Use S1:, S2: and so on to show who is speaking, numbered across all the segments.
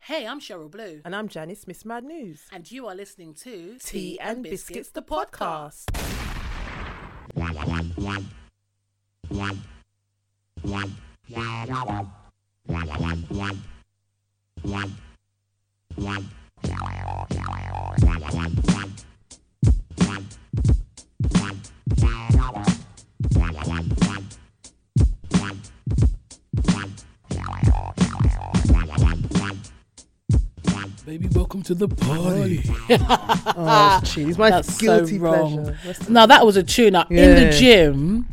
S1: Hey, I'm Cheryl Blue.
S2: And I'm Janice, Miss Mad News.
S1: And you are listening to
S2: Tea and Biscuits, the podcast.
S3: Baby, welcome to the party.
S2: Oh, that's cheese. My
S1: Ah. That's so
S2: guilty
S1: wrong.
S2: pleasure. That's
S1: Now that was a tune up in the
S2: Yeah.
S1: gym,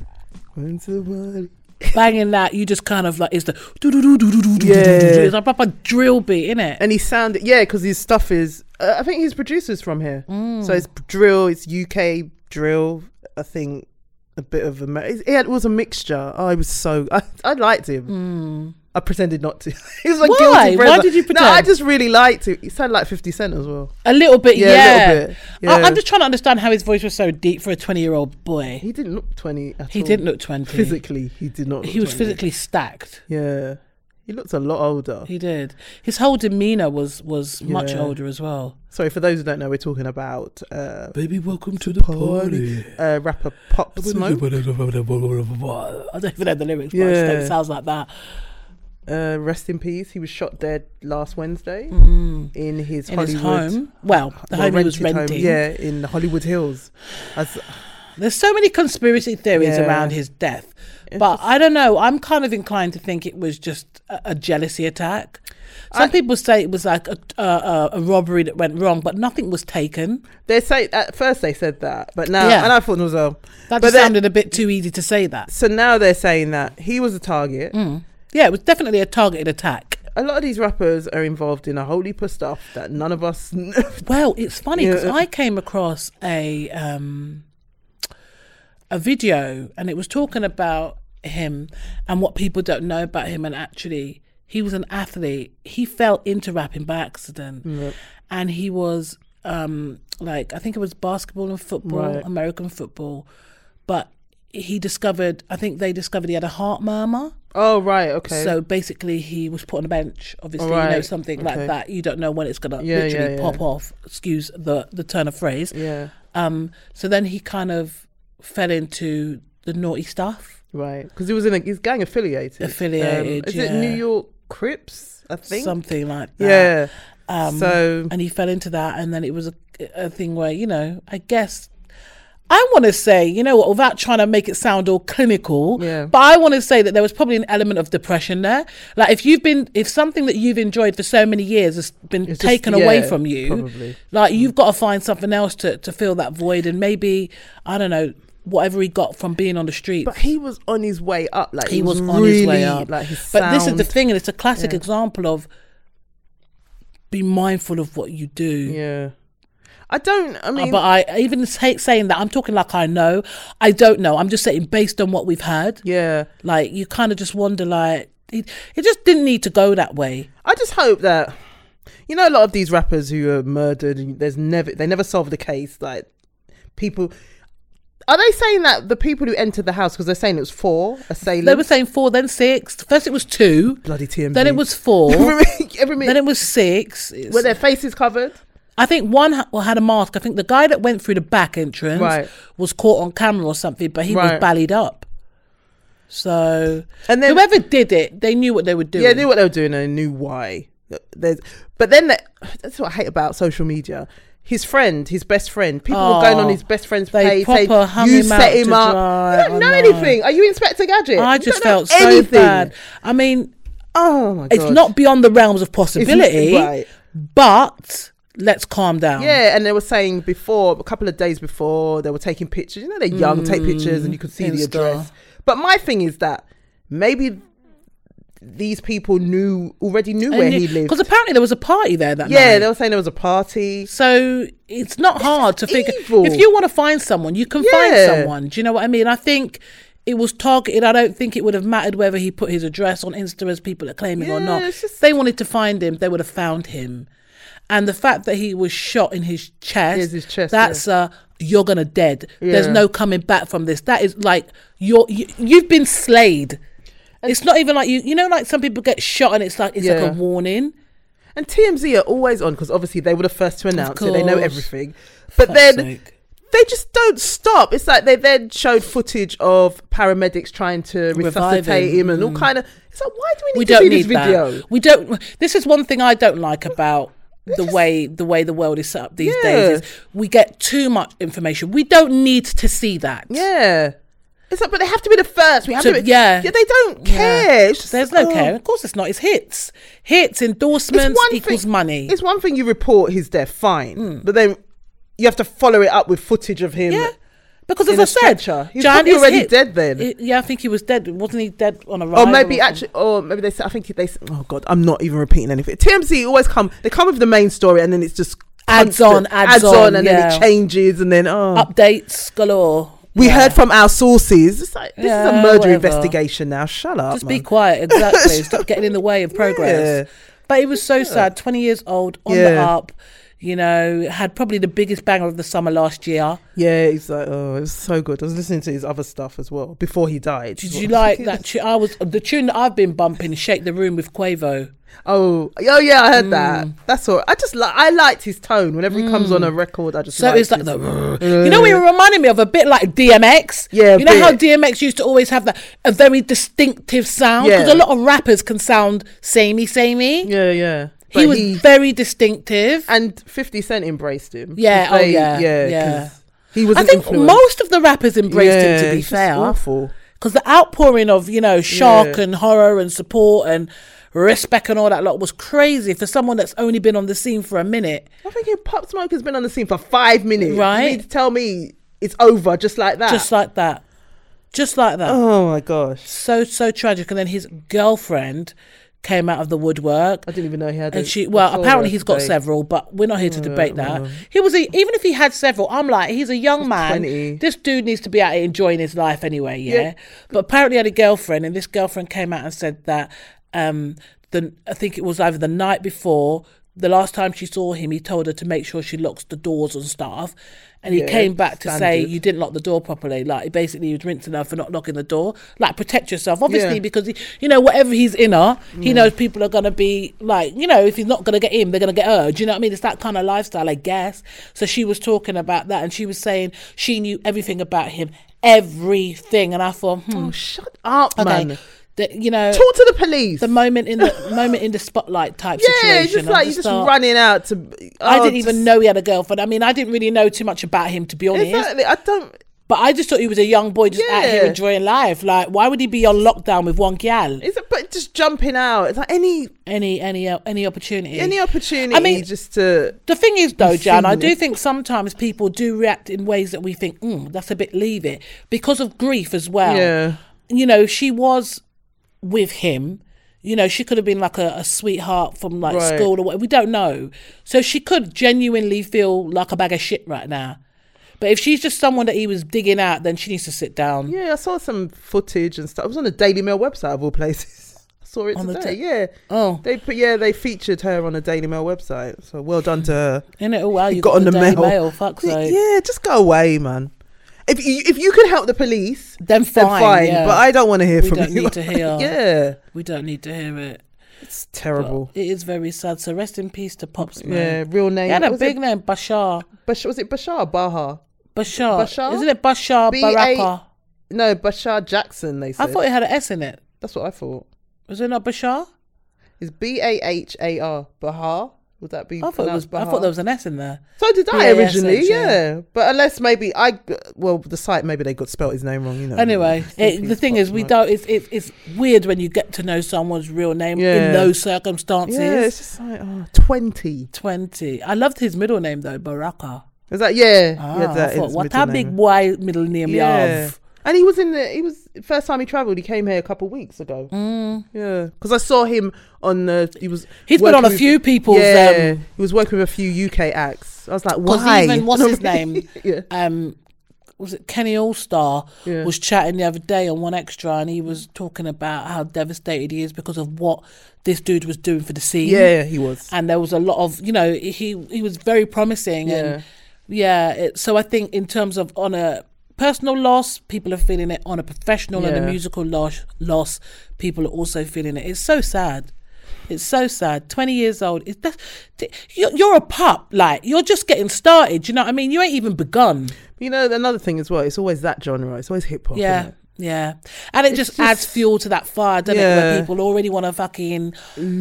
S2: the-
S1: banging that. You just kind of like it's the do do do do do do do.
S2: Yeah.
S1: It's a proper drill beat, innit?
S2: And he sounded, yeah, because his stuff is, uh, I think his producer's from here.
S1: Mm.
S2: So it's drill, it's UK drill, I think. A bit of a, yeah, it was a mixture. Oh, I was so, I, I liked him. I pretended not to. he was my
S1: Mm. Why?
S2: guilty
S1: Why
S2: pleasure.
S1: did you
S2: No, I
S1: pretend?
S2: just really liked it. He sounded like 50 Cent as well.
S1: a little bit, yeah.
S2: Yeah, a little bit.
S1: I,
S2: Yeah.
S1: I'm just trying to understand how his voice was so deep for a 20 year old boy.
S2: He didn't look 20 at
S1: He
S2: all.
S1: didn't look 20.
S2: Physically, he did not look
S1: He was
S2: 20.
S1: physically stacked.
S2: Yeah. He looked a lot older.
S1: He did. His whole demeanor was was much
S2: Yeah.
S1: older as well.
S2: Sorry, for those who don't know, we're talking about uh,
S3: Baby, welcome to the party.
S2: uh, rapper Pop Smoke,
S1: I don't even know the lyrics, but I just know it
S2: Yeah.
S1: sounds like that.
S2: uh, rest in peace. He was shot dead last Wednesday in his
S1: In his
S2: Hollywood
S1: home. Well, the
S2: well,
S1: home he was
S2: rented home,
S1: renting.
S2: yeah, in Hollywood Hills. As,
S1: There's so many conspiracy theories
S2: Yeah.
S1: around his death. But I don't know. I'm kind of inclined to think it was just a, a jealousy attack. Some people say it was like a, a- a, a robbery that went wrong, but nothing was taken.
S2: they say at first they said that, but now
S1: Yeah.
S2: and I thought it was a.
S1: That
S2: but
S1: just
S2: then-
S1: sounded a bit too easy to say that.
S2: so now they're saying that he was a target.
S1: Mm. Yeah, it was definitely a targeted attack.
S2: A lot of these rappers are involved in a whole heap of stuff that none of us.
S1: Well, it's funny because
S2: Yeah.
S1: I came across a um, a video and it was talking about him and what people don't know about him. And actually, he was an athlete. He fell into rapping by accident, and he was um, like I think it was basketball and football,
S2: Right.
S1: American football, but he discovered I think they discovered he had a heart murmur.
S2: oh right, okay.
S1: So basically, he was put on a bench. Obviously, you know
S2: Alright,
S1: something
S2: okay.
S1: like that. You don't know when it's gonna
S2: Yeah,
S1: literally
S2: yeah, yeah.
S1: pop off. Excuse the the turn of phrase.
S2: yeah,
S1: Um. So then he kind of fell into the naughty stuff.
S2: right, because he was in a he's gang affiliated. Um,
S1: Affiliated,
S2: is it
S1: yeah.
S2: New York Crips? I think.
S1: Something like that.
S2: Yeah.
S1: Um,
S2: so
S1: and he fell into that, and then it was a, a thing where you know, I guess I want to say, you know, what, without trying to make it sound all clinical,
S2: Yeah.
S1: but I want to say that there was probably an element of depression there. Like if you've been, if something that you've enjoyed for so many years has been
S2: It's just-
S1: taken away
S2: yeah,
S1: from you,
S2: probably.
S1: like
S2: Mm.
S1: you've got to find something else to to fill that void, and maybe I don't know whatever he got from being on the street.
S2: but he was on his way up. Like
S1: he was, on
S2: really,
S1: his way up.
S2: Like his
S1: but this is the
S2: sound-
S1: thing, and it's a classic
S2: Yeah.
S1: example of be mindful of what you do.
S2: Yeah. I don't. I
S1: Uh,
S2: mean,
S1: but I even say, saying that I'm talking like I know. I don't know. I'm just saying based on what we've heard.
S2: yeah.
S1: Like you kind of just wonder like it, it just didn't need to go that way.
S2: I just hope that you know a lot of these rappers who are murdered. And there's never they never solve the case. Like people. Are they saying that the people who entered the house because they're saying it was four
S1: They
S2: assailants?
S1: were saying four, then six. First it was two,
S2: bloody TMZ.
S1: then it was four,
S2: every minute. Every
S1: then
S2: minute.
S1: it was six. It's-
S2: Were their faces covered?
S1: I think one ha- had a mask. I think the guy that went through the back entrance
S2: Right.
S1: was caught on camera or something, but he was
S2: Right.
S1: ballied up. So
S2: And then
S1: whoever did it, they knew what they were doing.
S2: Yeah, I knew what they were doing and I knew why. There's, but then that, that's what I hate about social media. His friend, his best friend, people were going on
S1: Oh,
S2: his best friend's
S1: they
S2: page saying,
S1: proper hung
S2: "You
S1: him out
S2: set him
S1: to
S2: up."
S1: dry.
S2: You don't
S1: I
S2: know,
S1: know.
S2: anything. Are you Inspector Gadget?
S1: I
S2: You
S1: just
S2: don't know
S1: felt so
S2: anything.
S1: bad. I mean,
S2: Oh my god!
S1: it's not beyond the realms of
S2: It's-
S1: possibility,
S2: right.
S1: but let's calm down.
S2: Yeah, and they were saying before a couple of days before they were taking pictures. You know, they're young, take pictures, and you could see the
S1: Mm, Insta.
S2: address. But my thing is that maybe these people knew already knew where he lived.
S1: Because apparently there was a party there that
S2: Yeah,
S1: night.
S2: they were saying there was a party.
S1: so it's not hard to
S2: just
S1: figure.
S2: evil.
S1: If you want to find someone, you can find
S2: Yeah.
S1: someone. Do you know what I mean? I think it was targeted. I don't think it would have mattered whether he put his address on Insta as people are claiming or
S2: Yeah,
S1: not.
S2: it's just-
S1: They wanted to find him. They would have found him. And the fact that he was shot in his chest,
S2: Yes, his chest,
S1: that's a you're gonna dead. There's
S2: Yeah.
S1: no coming back from this. That is like you're you, you've been slayed. It's not even like you you know like some people get shot and it's like it's like
S2: Yeah.
S1: a warning.
S2: And TMZ are always on because obviously they were the first to announce it. They know
S1: course.
S2: everything. But
S1: Fuck's
S2: then
S1: sake.
S2: they just don't stop. It's like they then showed footage of paramedics trying to
S1: Revive
S2: resuscitate him,
S1: him,
S2: and all
S1: mm.
S2: kind of. It's like why do we need
S1: we
S2: to
S1: don't
S2: see
S1: need
S2: this video?
S1: that. We don't. This is one thing I don't like about the way the way the world is set up these
S2: Yeah.
S1: days. Is we get too much information. We don't need to see that.
S2: Yeah. It's like, but they have to be the first. We have
S1: To-
S2: to. Be,
S1: yeah.
S2: yeah. They don't
S1: Yeah.
S2: care. It's just-
S1: There's no
S2: oh.
S1: care. Of course, it's not. It's hits. Hits
S2: It's
S1: endorsements equals
S2: thing,
S1: money. Mm.
S2: It's one thing you report his death, fine, but then you have to follow it up with footage of him.
S1: Yeah. Because
S2: In
S1: as
S2: a
S1: I said,
S2: stretcher. He's
S1: Jan
S2: probably
S1: is
S2: already
S1: hit.
S2: dead then.
S1: It- yeah, I think he was dead. Wasn't he dead on a ride?
S2: Or Oh, maybe
S1: something?
S2: actually, or maybe they. said- I think they. said- Oh God, I'm not even repeating anything. TMZ always come. They come with the main story, and then it's just
S1: Adds
S2: constant,
S1: on, adds on,
S2: and then
S1: yeah.
S2: it changes, and then oh,
S1: updates galore.
S2: we
S1: Yeah.
S2: heard from our sources. It's like this is
S1: Yeah,
S2: a murder
S1: whatever.
S2: investigation now. Shut up.
S1: Just
S2: man.
S1: be quiet, exactly. Stop getting in the way of progress.
S2: Yeah.
S1: But it was so sad. Twenty years old, on the
S2: Yeah.
S1: up. You know, had probably the biggest banger of the summer last year.
S2: Yeah, he's like, oh, it was so good. I was listening to his other stuff as well before he died.
S1: Did you like that? Tu- I was the tune that I've been bumping, "Shake the Room" with Quavo.
S2: Oh, oh yeah, I heard that.
S1: Mm.
S2: That's all. I just like I liked his tone whenever he comes on a record. I just
S1: So
S2: liked
S1: it's like
S2: his-
S1: the, you know, what it reminded me of a bit like DMX.
S2: Yeah,
S1: you know how
S2: bit.
S1: DMX used to always have that a very distinctive sound because
S2: Yeah.
S1: a lot of rappers can sound samey, samey.
S2: yeah, yeah.
S1: He
S2: But
S1: was very distinctive.
S2: and Fifty Cent embraced him.
S1: Yeah, oh,
S2: They-
S1: yeah,
S2: yeah,
S1: yeah.
S2: 'cause He was.
S1: I
S2: an
S1: think
S2: influence.
S1: most of the rappers embraced him.
S2: Yeah,
S1: To be
S2: it's just
S1: fair,
S2: awful.
S1: because the outpouring of you know shock
S2: Yeah.
S1: and horror and support and respect and all that lot was crazy for someone that's only been on the scene for a minute.
S2: I'm thinking Pop Smoke has been on the scene for five minutes.
S1: Right.
S2: You need to tell me it's over just like that.
S1: Just like that. Just like that.
S2: Ah. oh my gosh,
S1: So, so tragic. And then his girlfriend came out of the woodwork.
S2: I didn't even know he had.
S1: And
S2: a-
S1: she,
S2: I
S1: well,
S2: saw
S1: apparently
S2: her Mm-hmm.
S1: he's got
S2: today.
S1: several, but we're not here to debate that.
S2: well.
S1: He was, a, even if he had several, I'm like, he's a young man.
S2: 20.
S1: This dude needs to be out here enjoying his life anyway, yeah?
S2: Yeah.
S1: But apparently, he had a girlfriend, and this girlfriend came out and said that um, the I think it was either the night before, the last time she saw him, he told her to make sure she locks the doors and stuff. And he
S2: Yeah,
S1: came back to say,
S2: standard.
S1: You didn't lock the door properly. Like, basically, he was rinsing her for not locking the door. Like, protect yourself. Obviously,
S2: Yeah. Mm.
S1: because, he, you know, whatever he's in her, he knows people are going to be like, you know, if he's not going to get him, they're going to get her. Do you know what I mean? It's that kind of lifestyle, I guess. So she was talking about that and she was saying she knew everything about him, everything. And I thought, hmm,
S2: Oh, shut up,
S1: okay.
S2: man.
S1: The- you know,
S2: Talk to the police.
S1: the moment in the moment in the spotlight type situation.
S2: yeah, it's just
S1: I
S2: like you're just
S1: thought-
S2: running out to.
S1: I
S2: oh,
S1: didn't
S2: just-
S1: even know he had a girlfriend. I mean, I didn't really know too much about him, to be honest.
S2: Exactly. I don't.
S1: But I just thought he was a young boy just out here
S2: Yeah.
S1: enjoying life. Like, why would he be on lockdown with one gal?
S2: It's a, but just jumping out. It's like any
S1: Any any uh, any opportunity?
S2: any opportunity.
S1: I mean-
S2: just to
S1: the thing is, though, Jan, I do
S2: seamless.
S1: think sometimes people do react in ways that we think, mm, that's a bit leave it, because of grief as well.
S2: yeah.
S1: you know, she was with him. You know, she could have been like a, a sweetheart from like
S2: Right.
S1: school or whatever. We don't know. So she could genuinely feel like a bag of shit right now. But if she's just someone that he was digging out, then she needs to sit down.
S2: Yeah, I saw some footage and stuff. It was on the Daily Mail website of all places. I saw it
S1: On the
S2: today.
S1: da-
S2: yeah,
S1: Oh,
S2: they put yeah they featured her on the Daily Mail website. So well done to her.
S1: in it a while,
S2: You
S1: you
S2: got
S1: got,
S2: on
S1: the,
S2: the
S1: Daily
S2: mail.
S1: mail. Fuck so.
S2: Yeah, just go away, man. If you, if you can help the police,
S1: Then
S2: then
S1: fine.
S2: fine.
S1: yeah.
S2: But I don't want to hear
S1: We
S2: from
S1: don't
S2: you.
S1: need to hear.
S2: yeah,
S1: we don't need to hear it.
S2: it's
S1: But
S2: terrible.
S1: It is very sad. So rest in peace to Pops.
S2: Oh. yeah,
S1: Man.
S2: real name.
S1: He had a
S2: was
S1: big
S2: It,
S1: name, Bashar.
S2: Bash- was it Bashar Baha?
S1: Bashar.
S2: Bashar?
S1: Isn't it Bashar
S2: B A-
S1: Baraka?
S2: No, Bashar Jackson. They
S1: I
S2: said.
S1: thought it had an S in it.
S2: That's what I thought.
S1: Was it not Bashar?
S2: Is B A H A R Bahar? Would that be?
S1: I thought it was.
S2: pronounced Bahar?
S1: I thought there was an S in there.
S2: So did I
S1: B A S H,
S2: originally?
S1: yeah.
S2: Yeah. but unless maybe I, well, the site maybe they got spelt his name wrong. You know.
S1: Anyway, it, the thing is, we don't. It's, it's it's weird when you get to know someone's real name in
S2: Yeah.
S1: those circumstances.
S2: Yeah, it's just like oh, twenty.
S1: Twenty. I loved his middle name though, Baraka.
S2: Is that yeah?
S1: Ah,
S2: yeah, that
S1: I
S2: is
S1: thought,
S2: his
S1: what
S2: middle
S1: a big
S2: name.
S1: boy middle name you
S2: Yeah.
S1: have.
S2: And he was in the. He was first time he travelled. He came here a couple of weeks ago.
S1: Mm.
S2: Yeah, because I saw him on the. He was.
S1: He's been on a
S2: working with-
S1: few people's.
S2: Yeah,
S1: um,
S2: he was working with a few UK acts. I was like,
S1: 'Cause
S2: why?
S1: even- what's his
S2: Yeah.
S1: name?
S2: yeah.
S1: um was it Kenny Allstar
S2: Yeah.
S1: was chatting the other day on One Extra, and he was talking about how devastated he is because of what this dude was doing for the scene.
S2: Yeah, he was.
S1: and there was a lot of you know he he was very promising and yeah it, so i think in terms of on a personal loss people are feeling it on a professional and a
S2: Yeah.
S1: musical loss loss people are also feeling it it's so sad It's so sad. Twenty years old. Is that th- you're, you're a pup? Like you're just getting started. You know what I mean? You ain't even begun.
S2: You know, another thing as well, it's always that genre. It's always hip hop.
S1: Yeah. Yeah, and it just, adds
S2: just-
S1: fuel to that fire, doesn't it?
S2: Yeah.
S1: Where people already want to fucking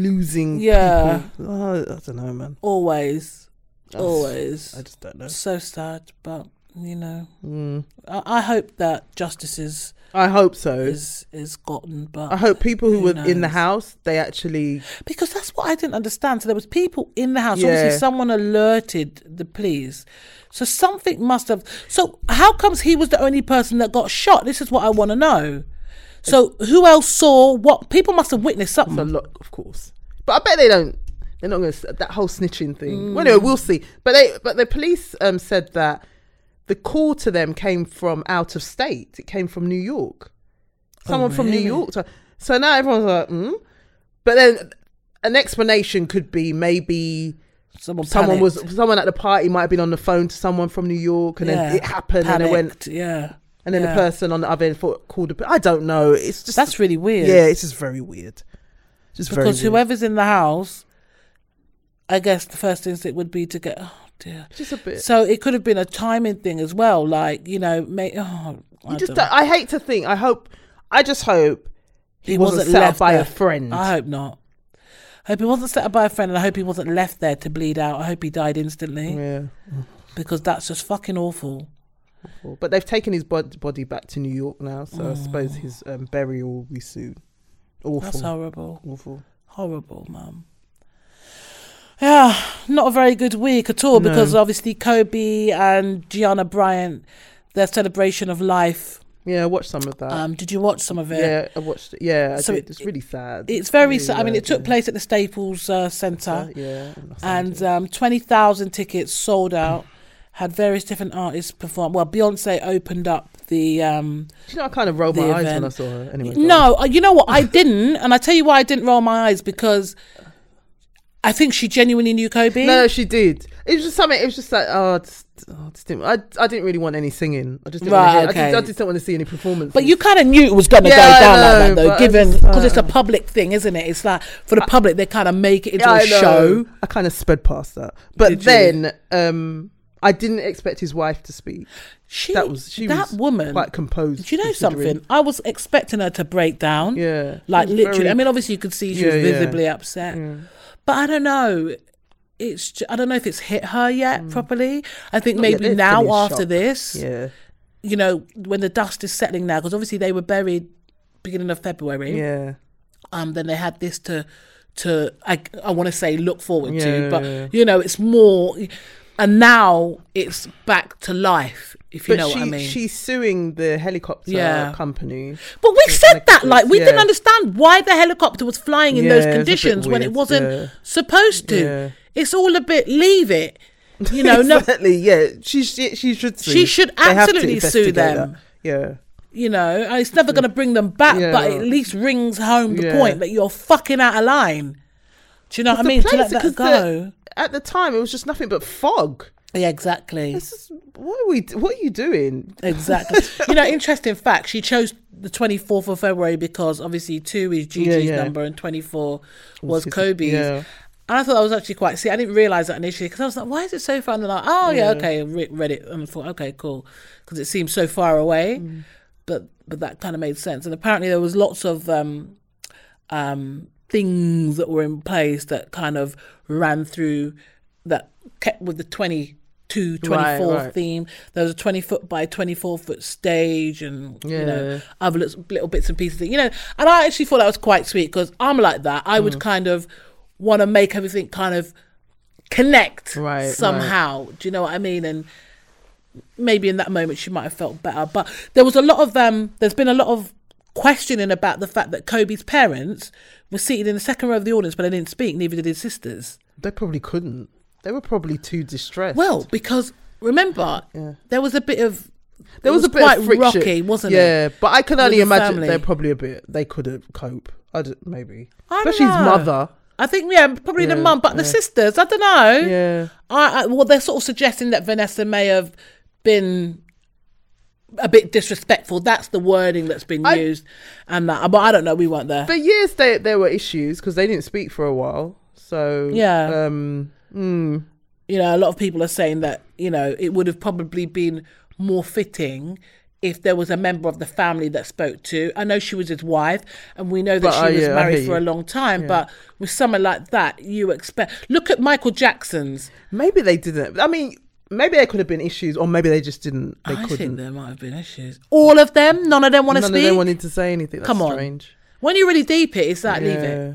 S2: Losing
S1: Yeah.
S2: people. Oh, I don't know, man.
S1: always,
S2: That's-
S1: always.
S2: I just don't know.
S1: so sad, but you know,
S2: Mm.
S1: I, I hope that justice is
S2: I hope so.
S1: is is gotten. But
S2: I hope people who,
S1: Who
S2: were in the
S1: knows?
S2: house, they actually.
S1: because that's what I didn't understand. So there was people in the house.
S2: Yeah.
S1: Obviously, someone alerted the police. So something must have. So how comes he was the only person that got shot? This is what I want to know. So who else saw what? People must have witnessed
S2: It's a
S1: something.
S2: lot, of course. But I bet they don't. They're not going to that whole snitching thing. Well,
S1: Mm.
S2: anyway, we'll see. But they, but the police um, said that the call to them came from out of state. It came from New York. Someone from New
S1: Oh, really?
S2: York. to- So now everyone's like, hmm. But then an explanation could be maybe
S1: Someone,
S2: someone
S1: panicked.
S2: was someone at the party might have been on the phone to someone from New York, and
S1: Yeah.
S2: then it happened, and they went,
S1: Panicked, Yeah,
S2: and then
S1: Yeah.
S2: the person on the other end thought, called. The, I don't know. It's just
S1: that's really weird.
S2: yeah, it's just very weird. Just very
S1: because
S2: weird.
S1: whoever's in the house, I guess the first instinct would be to get. Oh dear.
S2: just a bit.
S1: So it could have been a timing thing as well. Like you know, may, oh, I
S2: You
S1: don't
S2: just
S1: know.
S2: don't, I hate to think. I hope. I just hope he, wasn't, set up by
S1: there.
S2: a friend.
S1: I hope not. I hope he wasn't set up by a friend, and I hope he wasn't left there to bleed out. I hope he died instantly
S2: yeah.
S1: because that's just fucking awful.
S2: Well, But they've taken his bod- body back to New York now, so I suppose his um, burial will be soon. Awful.
S1: Oh. That's horrible,
S2: Awful.
S1: horrible, mum. Yeah, not a very good week at all because obviously Kobe and Gianna Bryant, their celebration of life.
S2: Yeah, I watched some of that.
S1: Um, did you watch some of it?
S2: Uh, yeah, I watched it. Yeah, I
S1: So
S2: did.
S1: it-
S2: it's really sad.
S1: It's very.
S2: Really
S1: sad. I mean, it
S2: sad,
S1: took place at the Staples uh, Center,
S2: yeah. Yeah. in Los
S1: and
S2: Angeles.
S1: um, twenty thousand tickets sold out. Had various different artists perform. Well, Beyonce opened up the. Um,
S2: Do you know, I kind of rolled my
S1: the
S2: eyes when
S1: event-
S2: I saw her. Anyway, go on.
S1: no, uh, you know what? I didn't, and I tell you why I didn't roll my eyes because I think she genuinely knew Kobe.
S2: No, she did. It was just something. It was just like oh, I just, oh, I, just didn't, I, I didn't really want any singing. I just didn't
S1: Right,
S2: want to hear, I,
S1: okay.
S2: just, I just didn't want to see any performances.
S1: But you kind of knew it was going to
S2: Yeah,
S1: go
S2: I
S1: down
S2: know,
S1: like that,
S2: but
S1: though,
S2: I
S1: given
S2: just-
S1: because it's a public thing, isn't it? It's like for the public, they kind of make it into
S2: Yeah,
S1: a
S2: I know.
S1: show.
S2: I kind of sped past that. But
S1: Did you?
S2: then um, I didn't expect his wife to speak.
S1: She,
S2: That was she
S1: that
S2: was
S1: woman.
S2: quite composed.
S1: do you know
S2: considering-
S1: something? I was expecting her to break down.
S2: Yeah,
S1: Like
S2: She was
S1: literally,
S2: very-
S1: I mean, obviously you could see she was
S2: Yeah, yeah.
S1: visibly upset, but I don't know. It's ju- I don't know if it's hit her yet properly. I think
S2: Mm. yet,
S1: maybe
S2: they're still
S1: now
S2: in
S1: after
S2: shock.
S1: this,
S2: yeah,
S1: you know, when the dust is settling now, because obviously they were buried beginning of February.
S2: yeah,
S1: Um, then they had this to to I I want to say look forward
S2: Yeah,
S1: to, but
S2: yeah.
S1: you know, it's more, and now it's back to life. If you
S2: but
S1: know
S2: she
S1: what I mean.
S2: she's suing the helicopter
S1: Yeah.
S2: company.
S1: But we said that,
S2: helicopters,
S1: like, we didn't
S2: yeah.
S1: understand why the helicopter was flying in those
S2: Yeah, it's a bit
S1: conditions when it
S2: weird,
S1: wasn't
S2: yeah.
S1: supposed to.
S2: Yeah.
S1: It's all a bit leave it. You know, no,
S2: exactly. Yeah, she she, she should. Sue.
S1: She should
S2: They have to
S1: absolutely sue
S2: investigate
S1: them.
S2: that. Yeah,
S1: you know, and it's never going to bring them back,
S2: Yeah.
S1: but it at least rings home the
S2: Yeah.
S1: point that you're fucking out of line. Do you know what I
S2: The
S1: mean? To
S2: place-
S1: let that
S2: 'cause the-
S1: go.
S2: at the time, it was just nothing but fog.
S1: yeah, exactly.
S2: This is what are we? What are you doing?
S1: Exactly. you know, interesting fact. She chose the 24th of February because obviously two is Gigi's
S2: yeah.
S1: number and 24 was
S2: his-
S1: Kobe's.
S2: yeah.
S1: And I thought I was actually quite. See, I didn't realize that initially because I was like, "Why is it so far?" And they're like, "Oh yeah, okay." Re- read it and I thought, "Okay, cool," because it seemed so far away.
S2: Mm.
S1: But but that kind of made sense. And apparently there was lots of um, um, things that were in place that kind of ran through that kept with the 22, 24
S2: Right, right.
S1: theme. There was a 20 foot by 24 foot stage and, you
S2: Yeah.
S1: know, other little, little bits and pieces. You know, and I actually thought that was quite sweet because I'm like that. I
S2: Hmm.
S1: would kind of want to make everything kind of connect
S2: Right, right.
S1: somehow. Do you know what I mean? And maybe in that moment she might have felt better. But there was a lot of um there's been a lot of questioning about the fact that Kobe's parents were seated in the second row of the audience but they didn't speak, neither did his sisters.
S2: They probably couldn't. They were probably too distressed.
S1: Well, because remember
S2: Yeah.
S1: there was a bit of
S2: there
S1: it
S2: was, a bit
S1: quite
S2: of friction.
S1: rocky, wasn't
S2: yeah,
S1: it?
S2: but I can only
S1: the
S2: imagine
S1: family.
S2: they're probably a bit. They couldn't cope. I don't, maybe,
S1: I don't
S2: especially his
S1: know.
S2: mother.
S1: I think yeah, probably the
S2: Yeah,
S1: mum, but the
S2: yeah.
S1: sisters, I don't know.
S2: Yeah,
S1: I, I well they're sort of suggesting that Vanessa may have been a bit disrespectful. That's the wording that's been
S2: I-
S1: used, and that. But I don't know. We weren't there.
S2: For years, they, there were issues because they didn't speak for a while. So
S1: Yeah.
S2: um, mm,
S1: you know, a lot of people are saying that, you know, it would have probably been more fitting if there was a member of the family that spoke to. I know she was his wife, and we know that
S2: But, uh,
S1: she was
S2: yeah, I
S1: married
S2: hear
S1: for a
S2: you.
S1: long time, but with someone like that, you expect. Look at Michael Jackson's.
S2: maybe they didn't. I mean, maybe there could have been issues, or maybe they just didn't. They
S1: I
S2: couldn't.
S1: think there might have been issues. All of them? None of them want to
S2: None of
S1: speak?
S2: them wanted to say anything. That's
S1: Come on.
S2: strange.
S1: when you're really deep, it, it's like, leave it.
S2: Yeah.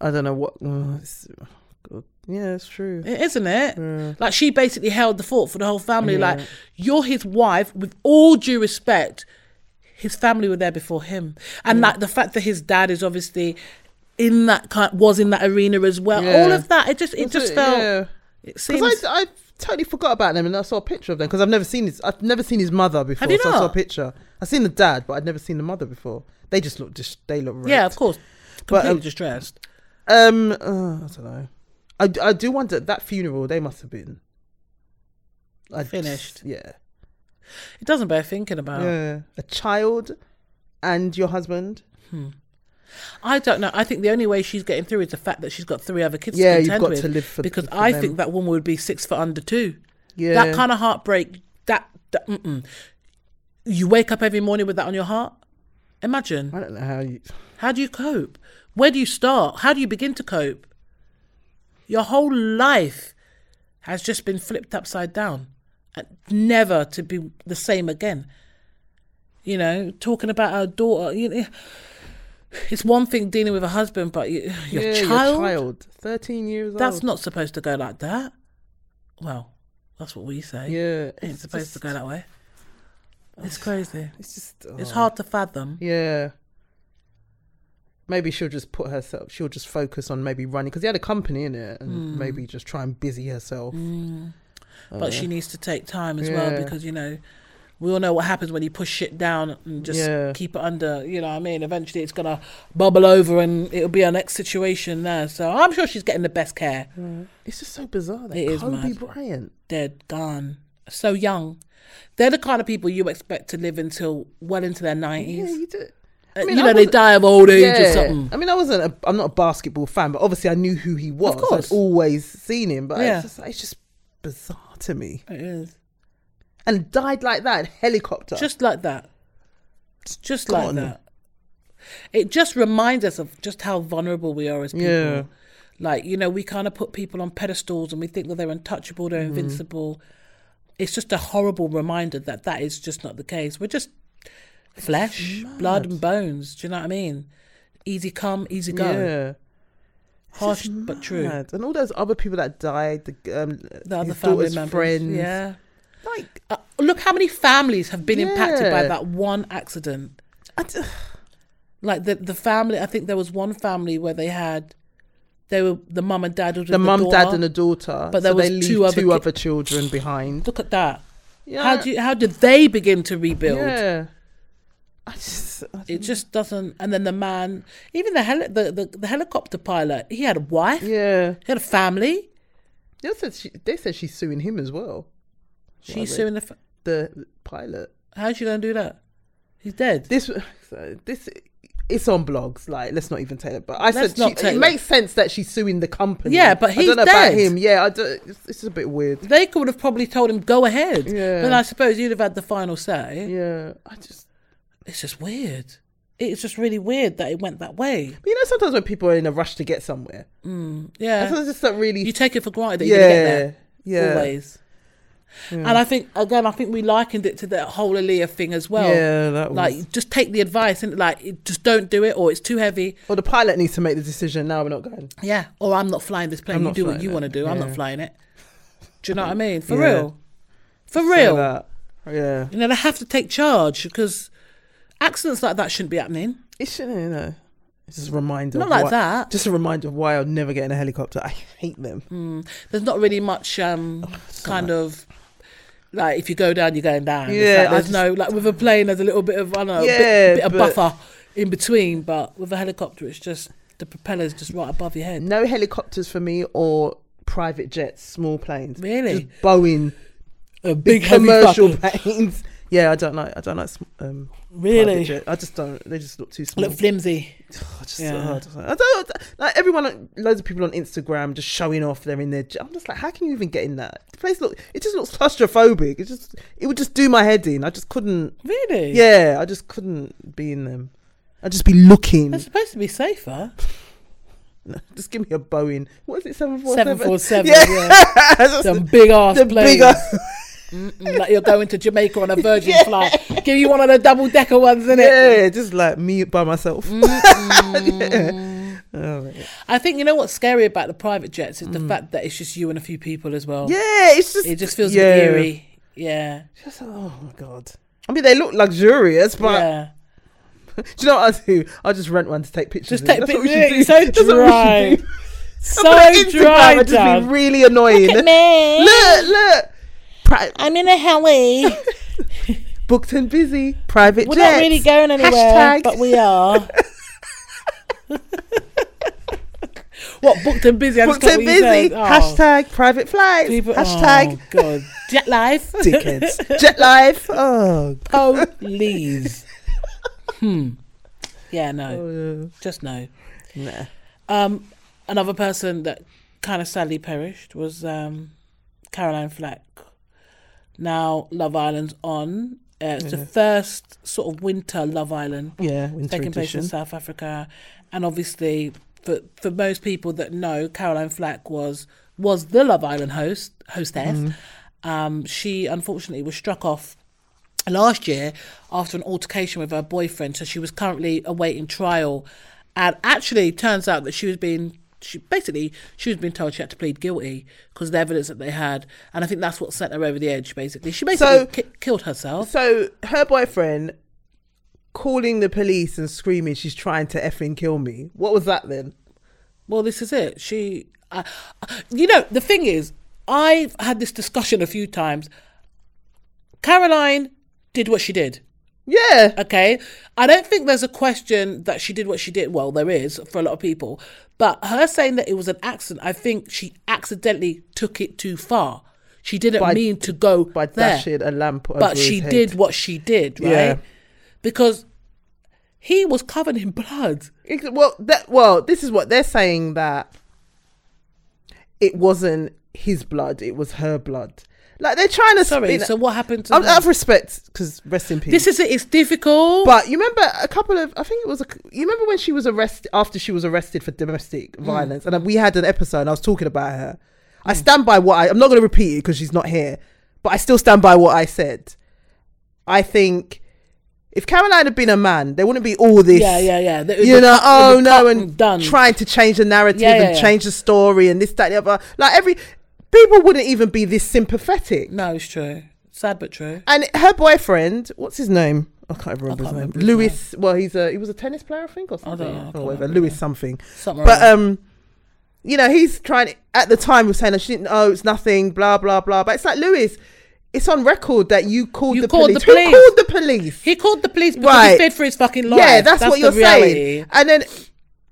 S2: I don't know what. oh, it's- oh, God. Yeah, it's true.
S1: It- Isn't it?
S2: Yeah.
S1: Like she basically held the fort for the whole family. Like
S2: Mm. Yeah.
S1: you're his wife. With all due respect, his family were there before him, and like the fact that his dad is obviously in that kind was in that arena as well. All
S2: Yeah.
S1: of that. It just it just felt.
S2: Yeah.
S1: It seems.
S2: Because I, I totally forgot about them, and I saw a picture of them because I've never seen his. I've never seen his mother before.
S1: Have you
S2: so I saw a
S1: not?
S2: picture. I've seen the dad, but I'd never seen the mother before. They just look. Just they look. Wrecked.
S1: yeah, of course. Completely
S2: um,
S1: distressed.
S2: Um. uh, I don't know. I, I do wonder that funeral. They must have been. I
S1: Finished.
S2: yeah.
S1: It doesn't bear thinking about.
S2: Yeah. A child, and your husband.
S1: I don't know. I think the only way she's getting through is the fact that she's got three other kids
S2: yeah,
S1: to
S2: you've
S1: contend
S2: got
S1: with.
S2: to live for
S1: because
S2: for
S1: I
S2: them.
S1: think that woman would be six foot under two.
S2: yeah.
S1: That kind of heartbreak. That, that mm-mm. you wake up every morning with that on your heart. Imagine
S2: I don't know how you.
S1: how do you cope? Where do you start? How do you begin to cope? Your whole life has just been flipped upside down, and never to be the same again. You know, talking about our daughter. You know, it's one thing dealing with a husband, but you, your,
S2: yeah,
S1: child,
S2: Your child. Thirteen years
S1: that's
S2: old.
S1: not supposed to go like that. Well, that's what we say.
S2: Yeah.
S1: It's supposed to
S2: just-
S1: go that way. It's crazy.
S2: It's just.
S1: It's
S2: oh.
S1: hard to fathom.
S2: Yeah. Maybe she'll just put herself. She'll just focus on maybe running because he had a company in it,
S1: Mm.
S2: and maybe just try and busy herself.
S1: But she needs to take time as well
S2: Oh, Yeah.
S1: because, you know, we all know what happens when you push shit down and just
S2: Yeah.
S1: keep it under, you know what I mean? Eventually it's going to bubble over and it'll be our next situation there. So I'm sure she's getting the best care.
S2: It's just so bizarre. That
S1: It is
S2: Kobe
S1: mad.
S2: Bryant.
S1: Dead, gone, so young. They're the kind of people you expect to live until well into their 90s.
S2: Yeah, you did.
S1: Uh,
S2: mean,
S1: you
S2: I
S1: know, they
S2: wasn't-
S1: die of old age or
S2: Yeah.
S1: something.
S2: I mean, I wasn't. A, I'm not a basketball fan, but obviously I knew who he was.
S1: course.
S2: I'd always seen him, but
S1: Yeah.
S2: it's, just, it's just bizarre to me.
S1: It is.
S2: And died like that in a helicopter.
S1: Just like that. Just like
S2: gone.
S1: that. It just reminds us of just how vulnerable we are as people.
S2: Yeah.
S1: Like, you know, we kind of put people on pedestals and we think that they're untouchable, they're
S2: Mm-hmm.
S1: invincible. It's just a horrible reminder that that is just not the case. We're just flesh, blood, and bones. Do you know what I mean? Easy come, easy go.
S2: yeah.
S1: Harsh
S2: Just
S1: but true.
S2: mad. And all those other people that died, the, um,
S1: The other
S2: his
S1: family
S2: daughter's
S1: members.
S2: friends.
S1: Yeah.
S2: Like,
S1: Uh, look how many families have been impacted by
S2: Yeah.
S1: that one accident.
S2: I d-
S1: like the the family i think there was one family where they had they were the mum and dad was with
S2: the mum,
S1: daughter.
S2: dad, and a daughter.
S1: But there
S2: so
S1: was
S2: they leave
S1: two
S2: two,
S1: other
S2: other,
S1: ki-
S2: children behind.
S1: look at that
S2: Yeah,
S1: how do you, how did they begin to rebuild
S2: Yeah. I just, I
S1: it just doesn't and then the man even the, heli- the the the helicopter pilot he had a wife
S2: yeah.
S1: he had a family
S2: They said, she, they said she's suing him as well.
S1: she's
S2: Lovely.
S1: suing the fa-
S2: The pilot.
S1: how's she gonna do that he's dead
S2: This, so this, it's on blogs. Like, let's not even tell it. But I
S1: Let's
S2: said
S1: not
S2: she,
S1: tell
S2: it
S1: it.
S2: makes sense that she's suing the company.
S1: Yeah, but
S2: I
S1: he's
S2: don't know
S1: dead.
S2: about him. Yeah, I don't, it's, it's a bit weird.
S1: they could have probably told him go ahead
S2: Yeah.
S1: but i suppose you'd have had the final say
S2: Yeah, I just.
S1: it's just weird it's just really weird that it went that way
S2: But you know, sometimes when people are in a rush to get somewhere,
S1: yeah
S2: sometimes it's not really.
S1: you take it for granted that you're gonna get there
S2: yeah, yeah,
S1: always. And I think again, I think we likened it to the whole Aaliyah thing as well.
S2: yeah. That was.
S1: Oh, Like, just take the advice and like, it- just don't do it, or it's too heavy.
S2: Or the pilot needs to make the decision. Now we're not going.
S1: Yeah, or I'm not flying this plane.
S2: I'm
S1: You
S2: not
S1: do what
S2: flying
S1: you
S2: it.
S1: want to do. I'm not
S2: Yeah.
S1: flying it. Do you know what I mean? For
S2: Yeah.
S1: real, for
S2: Say
S1: real.
S2: that. Yeah.
S1: You know, they have to take charge because accidents like that shouldn't be happening.
S2: It shouldn't, you know. It's just a reminder.
S1: Not
S2: of
S1: like
S2: why-
S1: that. Mm.
S2: Just a reminder of why I'll never get in a helicopter. I hate them.
S1: There's not really much um, kind of. Like if you go down, you're going down. It's
S2: Yeah,
S1: like
S2: I
S1: there's
S2: just-
S1: no like with a plane. There's a little bit of I don't know, a
S2: Yeah,
S1: bit, bit
S2: but-
S1: of buffer in between, but with a helicopter, it's just the propeller's just right above your head.
S2: No helicopters for me or private jets, small planes.
S1: Really?
S2: Just Boeing
S1: a big,
S2: big
S1: heavy
S2: commercial
S1: fucker.
S2: pains. Yeah, I don't like. I don't like. sm- Um,
S1: Really,
S2: private jet. I just don't. They just look too small.
S1: look flimsy.
S2: I just,
S1: Yeah.
S2: I don't- I don't like everyone. on- Loads of people on Instagram just showing off. They're in their. j- I'm just like, how can you even get in that? The place look. It just looks claustrophobic. It just. It would just do my head in. I just couldn't.
S1: Really,
S2: Yeah, I just couldn't be in them. I'd just be looking.
S1: They're supposed to be safer.
S2: No, just give me a Boeing. What is it? Seven four
S1: Seven
S2: seven.
S1: four seven.
S2: Yeah.
S1: Yeah,
S2: That's
S1: some big ass
S2: the
S1: planes.
S2: bigger.
S1: Mm, like you're going to Jamaica on a Virgin flight. Give you one of the double decker ones, innit?
S2: Yeah, just like me by myself.
S1: Mm.
S2: Oh, man.
S1: I think you know what's scary about the private jets is the fact that it's just you and a few people as well.
S2: Mm. Yeah, it's just
S1: It just feels a
S2: yeah.
S1: bit eerie. Yeah.
S2: Just- oh my god. I mean, they look luxurious, but
S1: yeah.
S2: do you know what I do? I just rent one to take pictures.
S1: Just
S2: in.
S1: take
S2: That's what
S1: pictures.
S2: we should do.
S1: It's so
S2: That's what we should
S1: dry.
S2: do.
S1: So
S2: Instagram
S1: dry,
S2: would just be
S1: Dan.
S2: really annoying. Look,
S1: me.
S2: look. Pri-
S1: I'm in a heli.
S2: booked and busy. Private
S1: We're
S2: jets.
S1: not really going anywhere,
S2: Hashtag.
S1: but we are. what booked and busy? I just
S2: booked
S1: got
S2: and
S1: what you
S2: busy.
S1: said. Oh,
S2: Hashtag private flights.
S1: people-
S2: Hashtag
S1: Oh, God. Jet life.
S2: dickheads. Jet life. Oh.
S1: Police. hmm. Yeah. No.
S2: God.
S1: Just no.
S2: Nah.
S1: Um, another person that kind of sadly perished was um, Caroline Flack. Now Love Island's on. Uh, it's the first sort of winter Love Island
S2: Yeah, winter
S1: taking place in
S2: edition.
S1: South Africa, and obviously for for most people that know, Caroline Flack was was the Love Island host hostess. Um, she unfortunately was struck off last year after an altercation with her boyfriend, so she was currently awaiting trial. And actually, turns out that she was being she basically she was being told she had to plead guilty because of the evidence that they had, and I think that's what sent her over the edge. Basically, she basically
S2: So-
S1: ki- killed herself.
S2: So her boyfriend calling the police and screaming, "She's trying to effing kill me." What was that then?
S1: Well, this is it. She, I you know, the thing is, I've had this discussion a few times. Caroline did what she did.
S2: Yeah,
S1: Okay. I don't think there's a question that she did what she did. Well, there is for a lot of people. But her saying that it was an accident, I think she accidentally took it too far. She didn't
S2: By-
S1: mean to go
S2: by
S1: there
S2: dashing a lamp. Over
S1: but
S2: his
S1: she
S2: head.
S1: did what she did, right?
S2: Yeah.
S1: Because he was covered in blood.
S2: Ex- Well, that well, this is what they're saying that it wasn't his blood; it was her blood. Like they're trying to.
S1: Sorry.
S2: spin-
S1: so what happened to
S2: out
S1: her?
S2: out of respect, because rest in peace.
S1: This is it. It's difficult.
S2: But you remember a couple of, I think it was, a, you remember when she was arrested, after she was arrested for domestic
S1: Hmm.
S2: violence, and we had an episode and I was talking about her. I stand by what I, I'm not going to repeat it because she's not here, but I still stand by what I said. I think if Caroline had been a man, there wouldn't be all this.
S1: yeah, yeah, yeah. That was
S2: You
S1: the
S2: know,
S1: cut-
S2: oh
S1: the
S2: no,
S1: cut
S2: and
S1: done.
S2: trying to change the narrative
S1: Yeah, yeah,
S2: and
S1: yeah.
S2: change the story and this, that, the other. Like every, people wouldn't even be this sympathetic.
S1: No, it's true. Sad but true.
S2: And her boyfriend, what's his name? I can't remember
S1: can't
S2: his name.
S1: remember his
S2: Lewis. Well, he's a he was a tennis player, I think, or something,
S1: know, I
S2: or
S1: can't
S2: whatever.
S1: remember,
S2: Lewis
S1: yeah.
S2: something.
S1: Something.
S2: But um, you know, he's trying at the time was saying that she didn't know it's nothing, blah blah blah. But it's like Lewis, it's on record that you called
S1: You
S2: the
S1: called
S2: police.
S1: the police.
S2: Who called the police?
S1: he called the police because he
S2: Right.
S1: feared for his fucking life.
S2: Yeah, that's, what
S1: the
S2: you're
S1: reality.
S2: saying. And then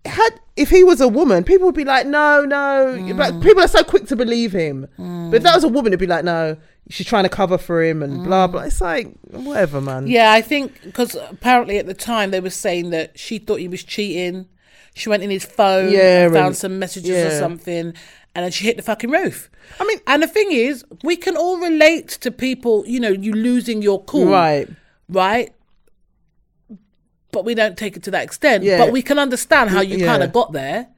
S2: had if he was a woman, people would be like, no, no. But
S1: Mm.
S2: people are so quick to believe him. But if that was a woman, it'd be like, no, she's trying to cover for him and blah blah. It's like whatever, man.
S1: Mm. Yeah, I think because apparently at the time they were saying that she thought he was cheating. She went in his phone,
S2: Yeah,
S1: found
S2: and-
S1: some messages or
S2: yeah.
S1: something, and then she hit the fucking roof.
S2: I mean,
S1: And the thing is, we can all relate to people, you know, you losing your cool.
S2: Right.
S1: right? But we don't take it to that extent.
S2: Yeah.
S1: But we can understand how you
S2: Yeah.
S1: kind of got there.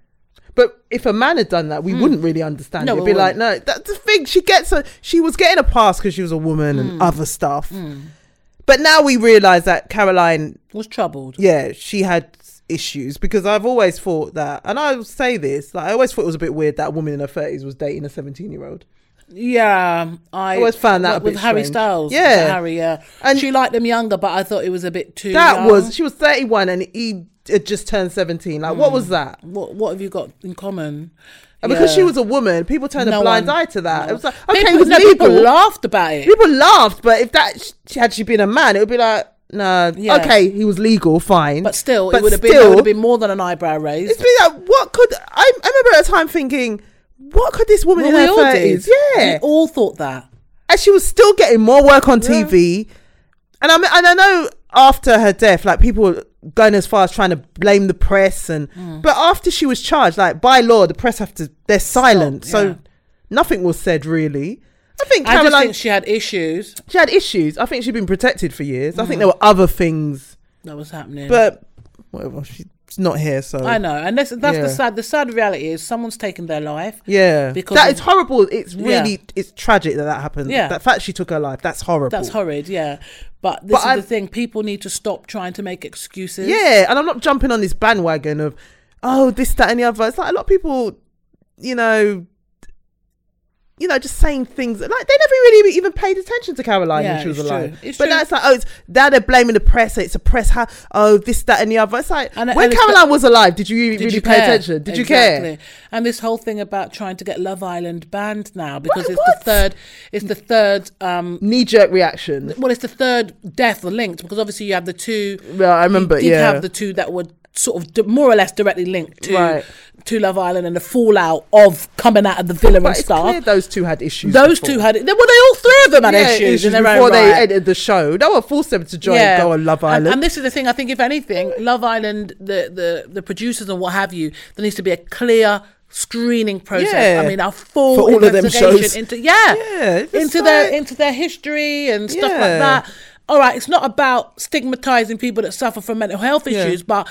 S2: But if a man had done that, we wouldn't really understand.
S1: Hmm. No,
S2: No, It'd
S1: we
S2: be like, no, that's the thing. She gets a, she was getting a pass because she was a woman
S1: Hmm.
S2: and other stuff. But now we realize that Caroline,
S1: Was troubled.
S2: yeah, she had issues because I've always thought that, and I will say this, like I always thought it was a bit weird that a woman in her thirties was dating a seventeen-year-old.
S1: Yeah, I
S2: always found that
S1: like
S2: a
S1: with
S2: bit
S1: Harry
S2: strange.
S1: Styles.
S2: Yeah.
S1: Harry. Yeah, and
S2: And-
S1: she liked them younger, but I thought it was a bit too.
S2: That
S1: young.
S2: was she was thirty-one and he had just turned seventeen. Like, what was that?
S1: What What have you got in common?
S2: And because she
S1: Hmm. Yeah.
S2: was a woman, people turned
S1: No
S2: a blind
S1: one-
S2: eye to that.
S1: no.
S2: It was like, okay,
S1: people,
S2: it was
S1: no,
S2: legal.
S1: people laughed about it.
S2: People laughed, but if that sh- had she been a man, it would be like, no,
S1: Yeah.
S2: okay, he was legal, fine.
S1: but still, it
S2: But
S1: would have been it
S2: still-
S1: would have been more than an eyebrow raise.
S2: it's been like, what could I? I remember at a time thinking, what could this woman
S1: Well,
S2: in her thirties?
S1: we
S2: Yeah,
S1: all thought that.
S2: and she was still getting more work on TV. And I and I know after her death, like people were going as far as trying to blame the press, and
S1: Mm.
S2: but after she was charged, like by law, the press have to they're silent,
S1: yeah.
S2: so nothing was said really. I think
S1: I
S2: Caroline
S1: just think she had issues
S2: she had issues. I think she'd been protected for years.
S1: Mm.
S2: I think there were other things,
S1: that was happening.
S2: but whatever. She's not here, so
S1: Mm. I know, and that's, that's
S2: Yeah.
S1: the sad. The sad reality is someone's taken their life.
S2: yeah.
S1: Because
S2: that
S1: of-
S2: is horrible. It's
S1: Yeah.
S2: really it's tragic that that happened.
S1: Yeah.
S2: that fact she took her life. That's horrible.
S1: That's horrid, yeah. But this
S2: But
S1: is
S2: I-
S1: the thing: people need to stop trying to make excuses.
S2: Yeah, and I'm not jumping on this bandwagon of oh this that and the other. It's like a lot of people, you know, you know, just saying things like they never really even paid attention to Caroline
S1: Yeah,
S2: when she was
S1: it's true.
S2: alive.
S1: It's
S2: but
S1: true.
S2: now it's like oh, it's, now they're blaming the press. It's a press. How oh this that and the other. It's like
S1: And-
S2: when
S1: and it's-
S2: Caroline was alive, did you really
S1: Did you
S2: pay
S1: care?
S2: attention? Did you care?
S1: Exactly. And this whole thing about trying to get Love Island banned now because
S2: What-
S1: it's the
S2: what?
S1: third, it's the third, um,
S2: Knee jerk reaction.
S1: well, it's the third death linked because obviously you have the two.
S2: Yeah, I remember.
S1: You did
S2: yeah,
S1: have the two that were sort of di- more or less directly linked to
S2: Right.
S1: to Love Island and the fallout of coming out of the villa
S2: but
S1: and
S2: it's
S1: stuff.
S2: clear those two had issues.
S1: Those
S2: before.
S1: two had it. Well, they all three of them had
S2: Yeah,
S1: issues, in
S2: issues
S1: their
S2: before
S1: own
S2: they
S1: right.
S2: ended the show. No one forced them to join Go on Love
S1: And-
S2: Island.
S1: And, this is the thing. I think, if anything, Love Island, the, the the producers and what have you, there needs to be a clear screening process.
S2: Yeah.
S1: I mean, a full
S2: For all of them
S1: investigation
S2: shows.
S1: into yeah,
S2: Yeah, it's
S1: into
S2: like-
S1: their into their history and stuff like
S2: Yeah.
S1: that. All right, it's not about stigmatizing people that suffer from mental health issues, but.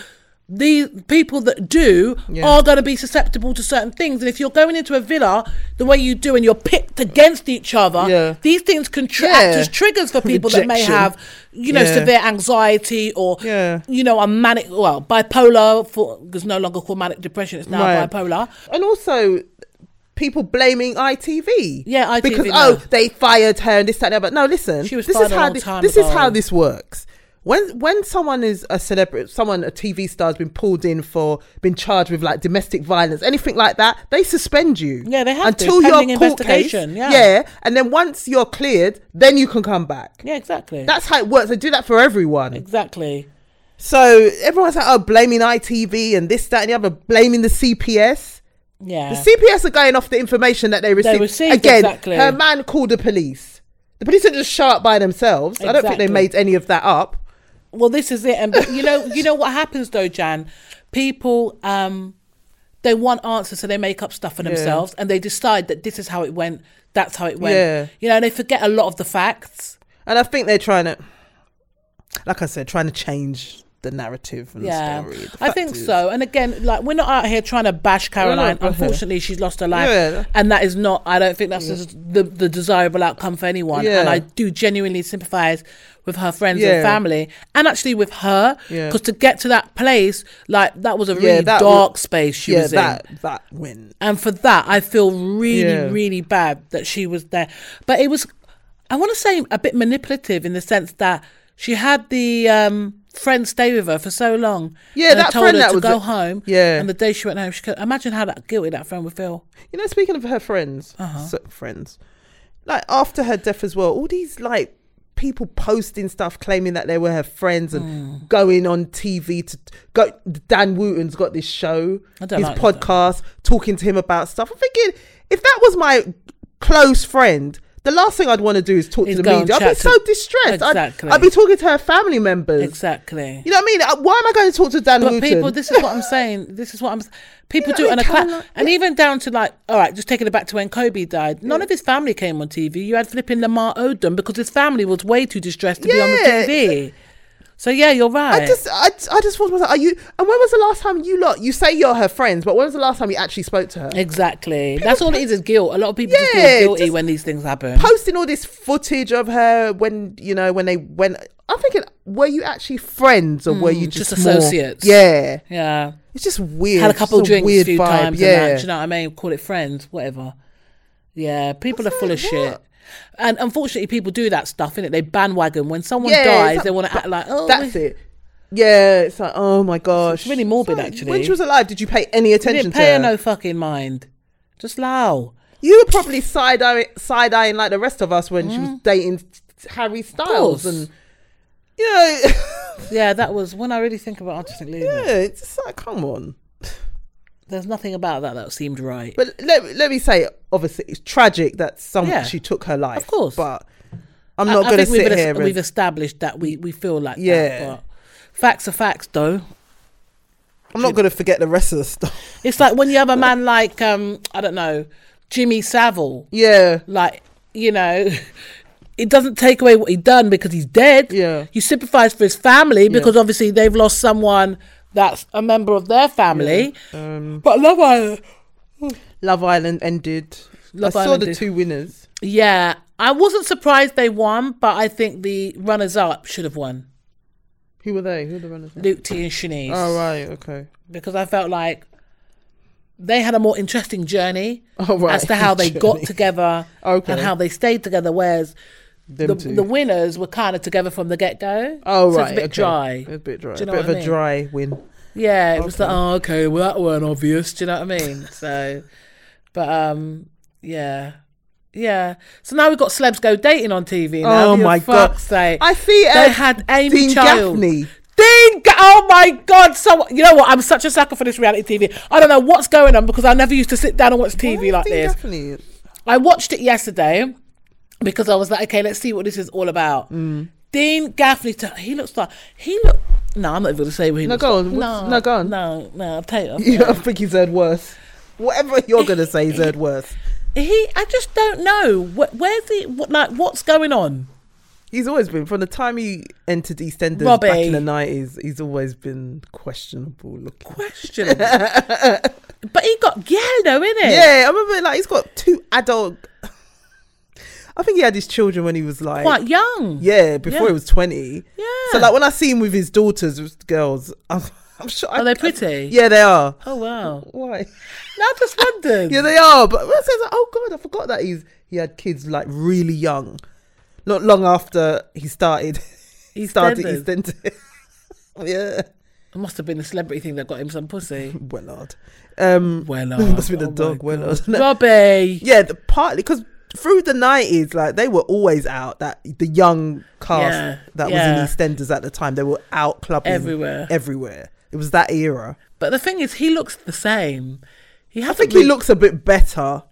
S1: The people that do
S2: Yeah.
S1: are going to be susceptible to certain things, and if you're going into a villa the way you do, and you're picked against each other,
S2: Yeah.
S1: these things can tr-
S2: Yeah.
S1: act as triggers for people that may
S2: Rejection.
S1: have, you know,
S2: Yeah.
S1: severe anxiety or
S2: Yeah.
S1: you know a manic well bipolar for because no longer called manic depression it's now
S2: Right.
S1: bipolar
S2: and also people blaming ITV.
S1: Yeah, ITV,
S2: Because
S1: no.
S2: oh, they fired her and this that and that. But no, listen,
S1: She was
S2: this
S1: fired
S2: is
S1: a
S2: how
S1: long
S2: this,
S1: time
S2: this is
S1: ago.
S2: how this works. When when someone is a celebrity, someone a TV star has been pulled in for been charged with like domestic violence, anything like that, they suspend you.
S1: Yeah, they have to,
S2: until your
S1: pending
S2: court case.
S1: investigation, yeah.
S2: and then once you're cleared, then you can come back.
S1: yeah exactly
S2: That's how it works. They do that for everyone.
S1: exactly
S2: So everyone's like, oh, blaming ITV and this, that, and the other, blaming the CPS.
S1: yeah
S2: The CPS are going off the information that they received.
S1: received,
S2: Again,
S1: exactly.
S2: her man called the police. The police didn't just show up by themselves. I don't think they
S1: Exactly.
S2: made any of that up.
S1: well this is it and you know you know what happens though jan people um they want answers so they make up stuff for themselves and they decide that this is how it went that's how it went
S2: Yeah.
S1: you know and they forget a lot of the facts
S2: And I think they're trying to, like I said, trying to change the narrative and
S1: yeah
S2: story. The
S1: i
S2: fact
S1: think
S2: is-
S1: so and again like we're not out here trying to bash caroline
S2: not, okay.
S1: unfortunately she's lost her life
S2: Yeah.
S1: and that is not i don't think that's the, the desirable outcome for anyone and
S2: Yeah.
S1: i do genuinely sympathize with her friends and
S2: Yeah.
S1: family and actually with her
S2: Yeah.
S1: because to get to that place like that was a
S2: Yeah,
S1: really
S2: that
S1: dark
S2: wa-
S1: space she
S2: Yeah,
S1: was in
S2: that that win.
S1: and for that i feel really
S2: Yeah.
S1: really bad that she was there but it was i want to say a bit manipulative in the sense that she had the um friend stay with her for so long
S2: Yeah,
S1: and
S2: that
S1: told
S2: friend
S1: her
S2: that
S1: to
S2: was
S1: go
S2: a-
S1: home
S2: Yeah.
S1: and the day she went home she could imagine how that guilty that friend would feel
S2: You know, speaking of her friends,
S1: Uh-huh.
S2: so- friends, like after her death as well, all these like people posting stuff claiming that they were her friends and
S1: Hmm.
S2: going on TV to go. Dan Wooten's got this show,
S1: I don't
S2: his
S1: like that.
S2: podcast, talking to him about stuff. I'm thinking, if that was my close friend. The last thing I'd want to do is talk
S1: Is
S2: to the
S1: go and
S2: media. I'd be
S1: chat
S2: so
S1: to-
S2: distressed.
S1: Exactly.
S2: I'd, I'd be talking to her family members.
S1: exactly
S2: You know what I mean? Uh, Why am I going to talk to Dan
S1: But
S2: Wooten?
S1: people, this is what I'm saying. This is what I'm. s- People
S2: know
S1: do it on
S2: what
S1: a
S2: I mean,
S1: cla-
S2: Caroline?
S1: and even down to like, all right, just taking it back to when Kobe died. None of his family came on TV. You had flipping Lamar Odom because his family was way too distressed to be on
S2: Yeah.
S1: the TV. So yeah, you're right.
S2: I just, I, I just thought to myself, are you? And when was the last time you lot? You say you're her friends, but when was the last time you actually spoke to her?
S1: exactly. That's all it is is guilt. A lot of people just feel
S2: Yeah,
S1: guilty
S2: just-
S1: when these things happen.
S2: Posting all this footage of her when you know when they went. I'm thinking, were you actually friends or were you
S1: Hmm, just
S2: just, more-
S1: associates.
S2: yeah,
S1: yeah,
S2: it's just weird.
S1: had a couple
S2: just
S1: drinks a
S2: weird
S1: few
S2: vibe,
S1: times.
S2: Yeah,
S1: And that, do you know what I mean? Call it friends, whatever. Yeah, people are full of
S2: like,
S1: shit.
S2: what?
S1: And unfortunately, people do that stuff, innit? They bandwagon. When someone
S2: Yeah, it's
S1: dies,
S2: like-
S1: they want to act like, oh,
S2: that's
S1: we-
S2: it. Yeah, it's like, oh my gosh,
S1: It's really morbid,
S2: Sorry,
S1: actually.
S2: When she was alive, did you pay any
S1: You
S2: attention
S1: didn't pay her
S2: to her?
S1: no fucking mind. Just low.
S2: You were probably side eye side eyeing like the rest of us when she was dating Harry Styles,
S1: Mm. course.
S2: and you know.
S1: Yeah, that was when I really think about it, I just think leave it.
S2: Yeah, it's just like, come on.
S1: There's nothing about that that seemed right.
S2: But let, let me say, obviously, it's tragic that some
S1: Yeah.
S2: she took her life.
S1: Of course.
S2: but I'm
S1: I-
S2: not
S1: I
S2: going to
S1: think we've
S2: sit
S1: es-
S2: here. and-
S1: We've established that we, we feel like
S2: Yeah.
S1: that. But facts are facts, though.
S2: I'm not going to forget the rest of the stuff.
S1: It's like when you have a man like um I don't know Jimmy Savile,
S2: Yeah,
S1: like you know, it doesn't take away what he done because he's dead.
S2: Yeah.
S1: you sympathise for his family because obviously they've lost someone that's a member of their family.
S2: Um,
S1: but Love Island,
S2: Love Island ended.
S1: Love
S2: I saw
S1: Island
S2: the
S1: did.
S2: two winners.
S1: yeah, I wasn't surprised they won, but I think the runners up should have won.
S2: Who were they? Who were the runners?
S1: Luke T and Shanice.
S2: Oh right, okay.
S1: because I felt like they had a more interesting journey
S2: Oh, right.
S1: as to how they got
S2: Journey.
S1: together
S2: Okay.
S1: and how they stayed together, whereas
S2: Them
S1: the,
S2: two.
S1: the winners were kind of together from the get go.
S2: oh
S1: so
S2: right,
S1: it's a bit
S2: okay.
S1: dry.
S2: A bit dry.
S1: Do you know
S2: bit
S1: what
S2: of
S1: I
S2: a
S1: mean?
S2: dry win.
S1: Yeah, it was like, oh, okay, well, that weren't obvious. Do you know what I mean? So, but um, yeah, yeah. So now we've got celebs go dating on TV. Now.
S2: Oh
S1: for
S2: my god!
S1: fuck's sake!
S2: I see.
S1: they
S2: Uh,
S1: had Amy
S2: Dean
S1: Child.
S2: Gaffney.
S1: Dean, Ga- oh my God! So you know what? I'm such a sucker for this reality TV. I don't know what's going on because I never used to sit down and watch TV
S2: Why is
S1: like
S2: Dean
S1: this.
S2: Gaffney?
S1: I watched it yesterday because I was like, okay, let's see what this is all about.
S2: Mm.
S1: Dean Gaffney, to- he looks like he look. No, I'm not even going to say what he
S2: No,
S1: looks
S2: go
S1: like.
S2: on. What's- no, go on.
S1: No, no, I'll tell you. I'll
S2: You
S1: tell
S2: don't think he's heard worse. Whatever you're going to say, he's heard worse.
S1: you. He, I just don't know. Wh- Where's he? What, like, what's going on?
S2: He's always been from the time he entered EastEnders back
S1: Robbie.
S2: in the nineties. He's always been questionable looking.
S1: Question. but he got yellow in it.
S2: Yeah, I remember like he's got two adult. I think he had his children when he was like
S1: Quite young.
S2: yeah before
S1: Yeah.
S2: he was twenty.
S1: Yeah.
S2: So like when I see him with his daughters, with girls, I'm, I'm sure. I-
S1: Are they pretty?
S2: Yeah, they are.
S1: Oh wow.
S2: Why?
S1: No, I just wondered.
S2: Yeah, they are. But I was like, oh god, I forgot that he's he had kids like really young, not long after he started. He started
S1: EastEnders.
S2: EastEnders. yeah,
S1: It must have been the celebrity thing that got him some pussy.
S2: Wellard. Um,
S1: Well,
S2: must be the
S1: oh my
S2: dog uh,
S1: God.
S2: Wellard. No,
S1: Robbie.
S2: yeah, the, partly because through the nineties, like they were always out. That the young cast
S1: Yeah,
S2: that
S1: yeah.
S2: was in EastEnders at the time, they were out clubbing
S1: Everywhere.
S2: Everywhere. It was that era.
S1: But the thing is, he looks the same. He
S2: I
S1: hasn't
S2: think he
S1: really-
S2: looks a bit better.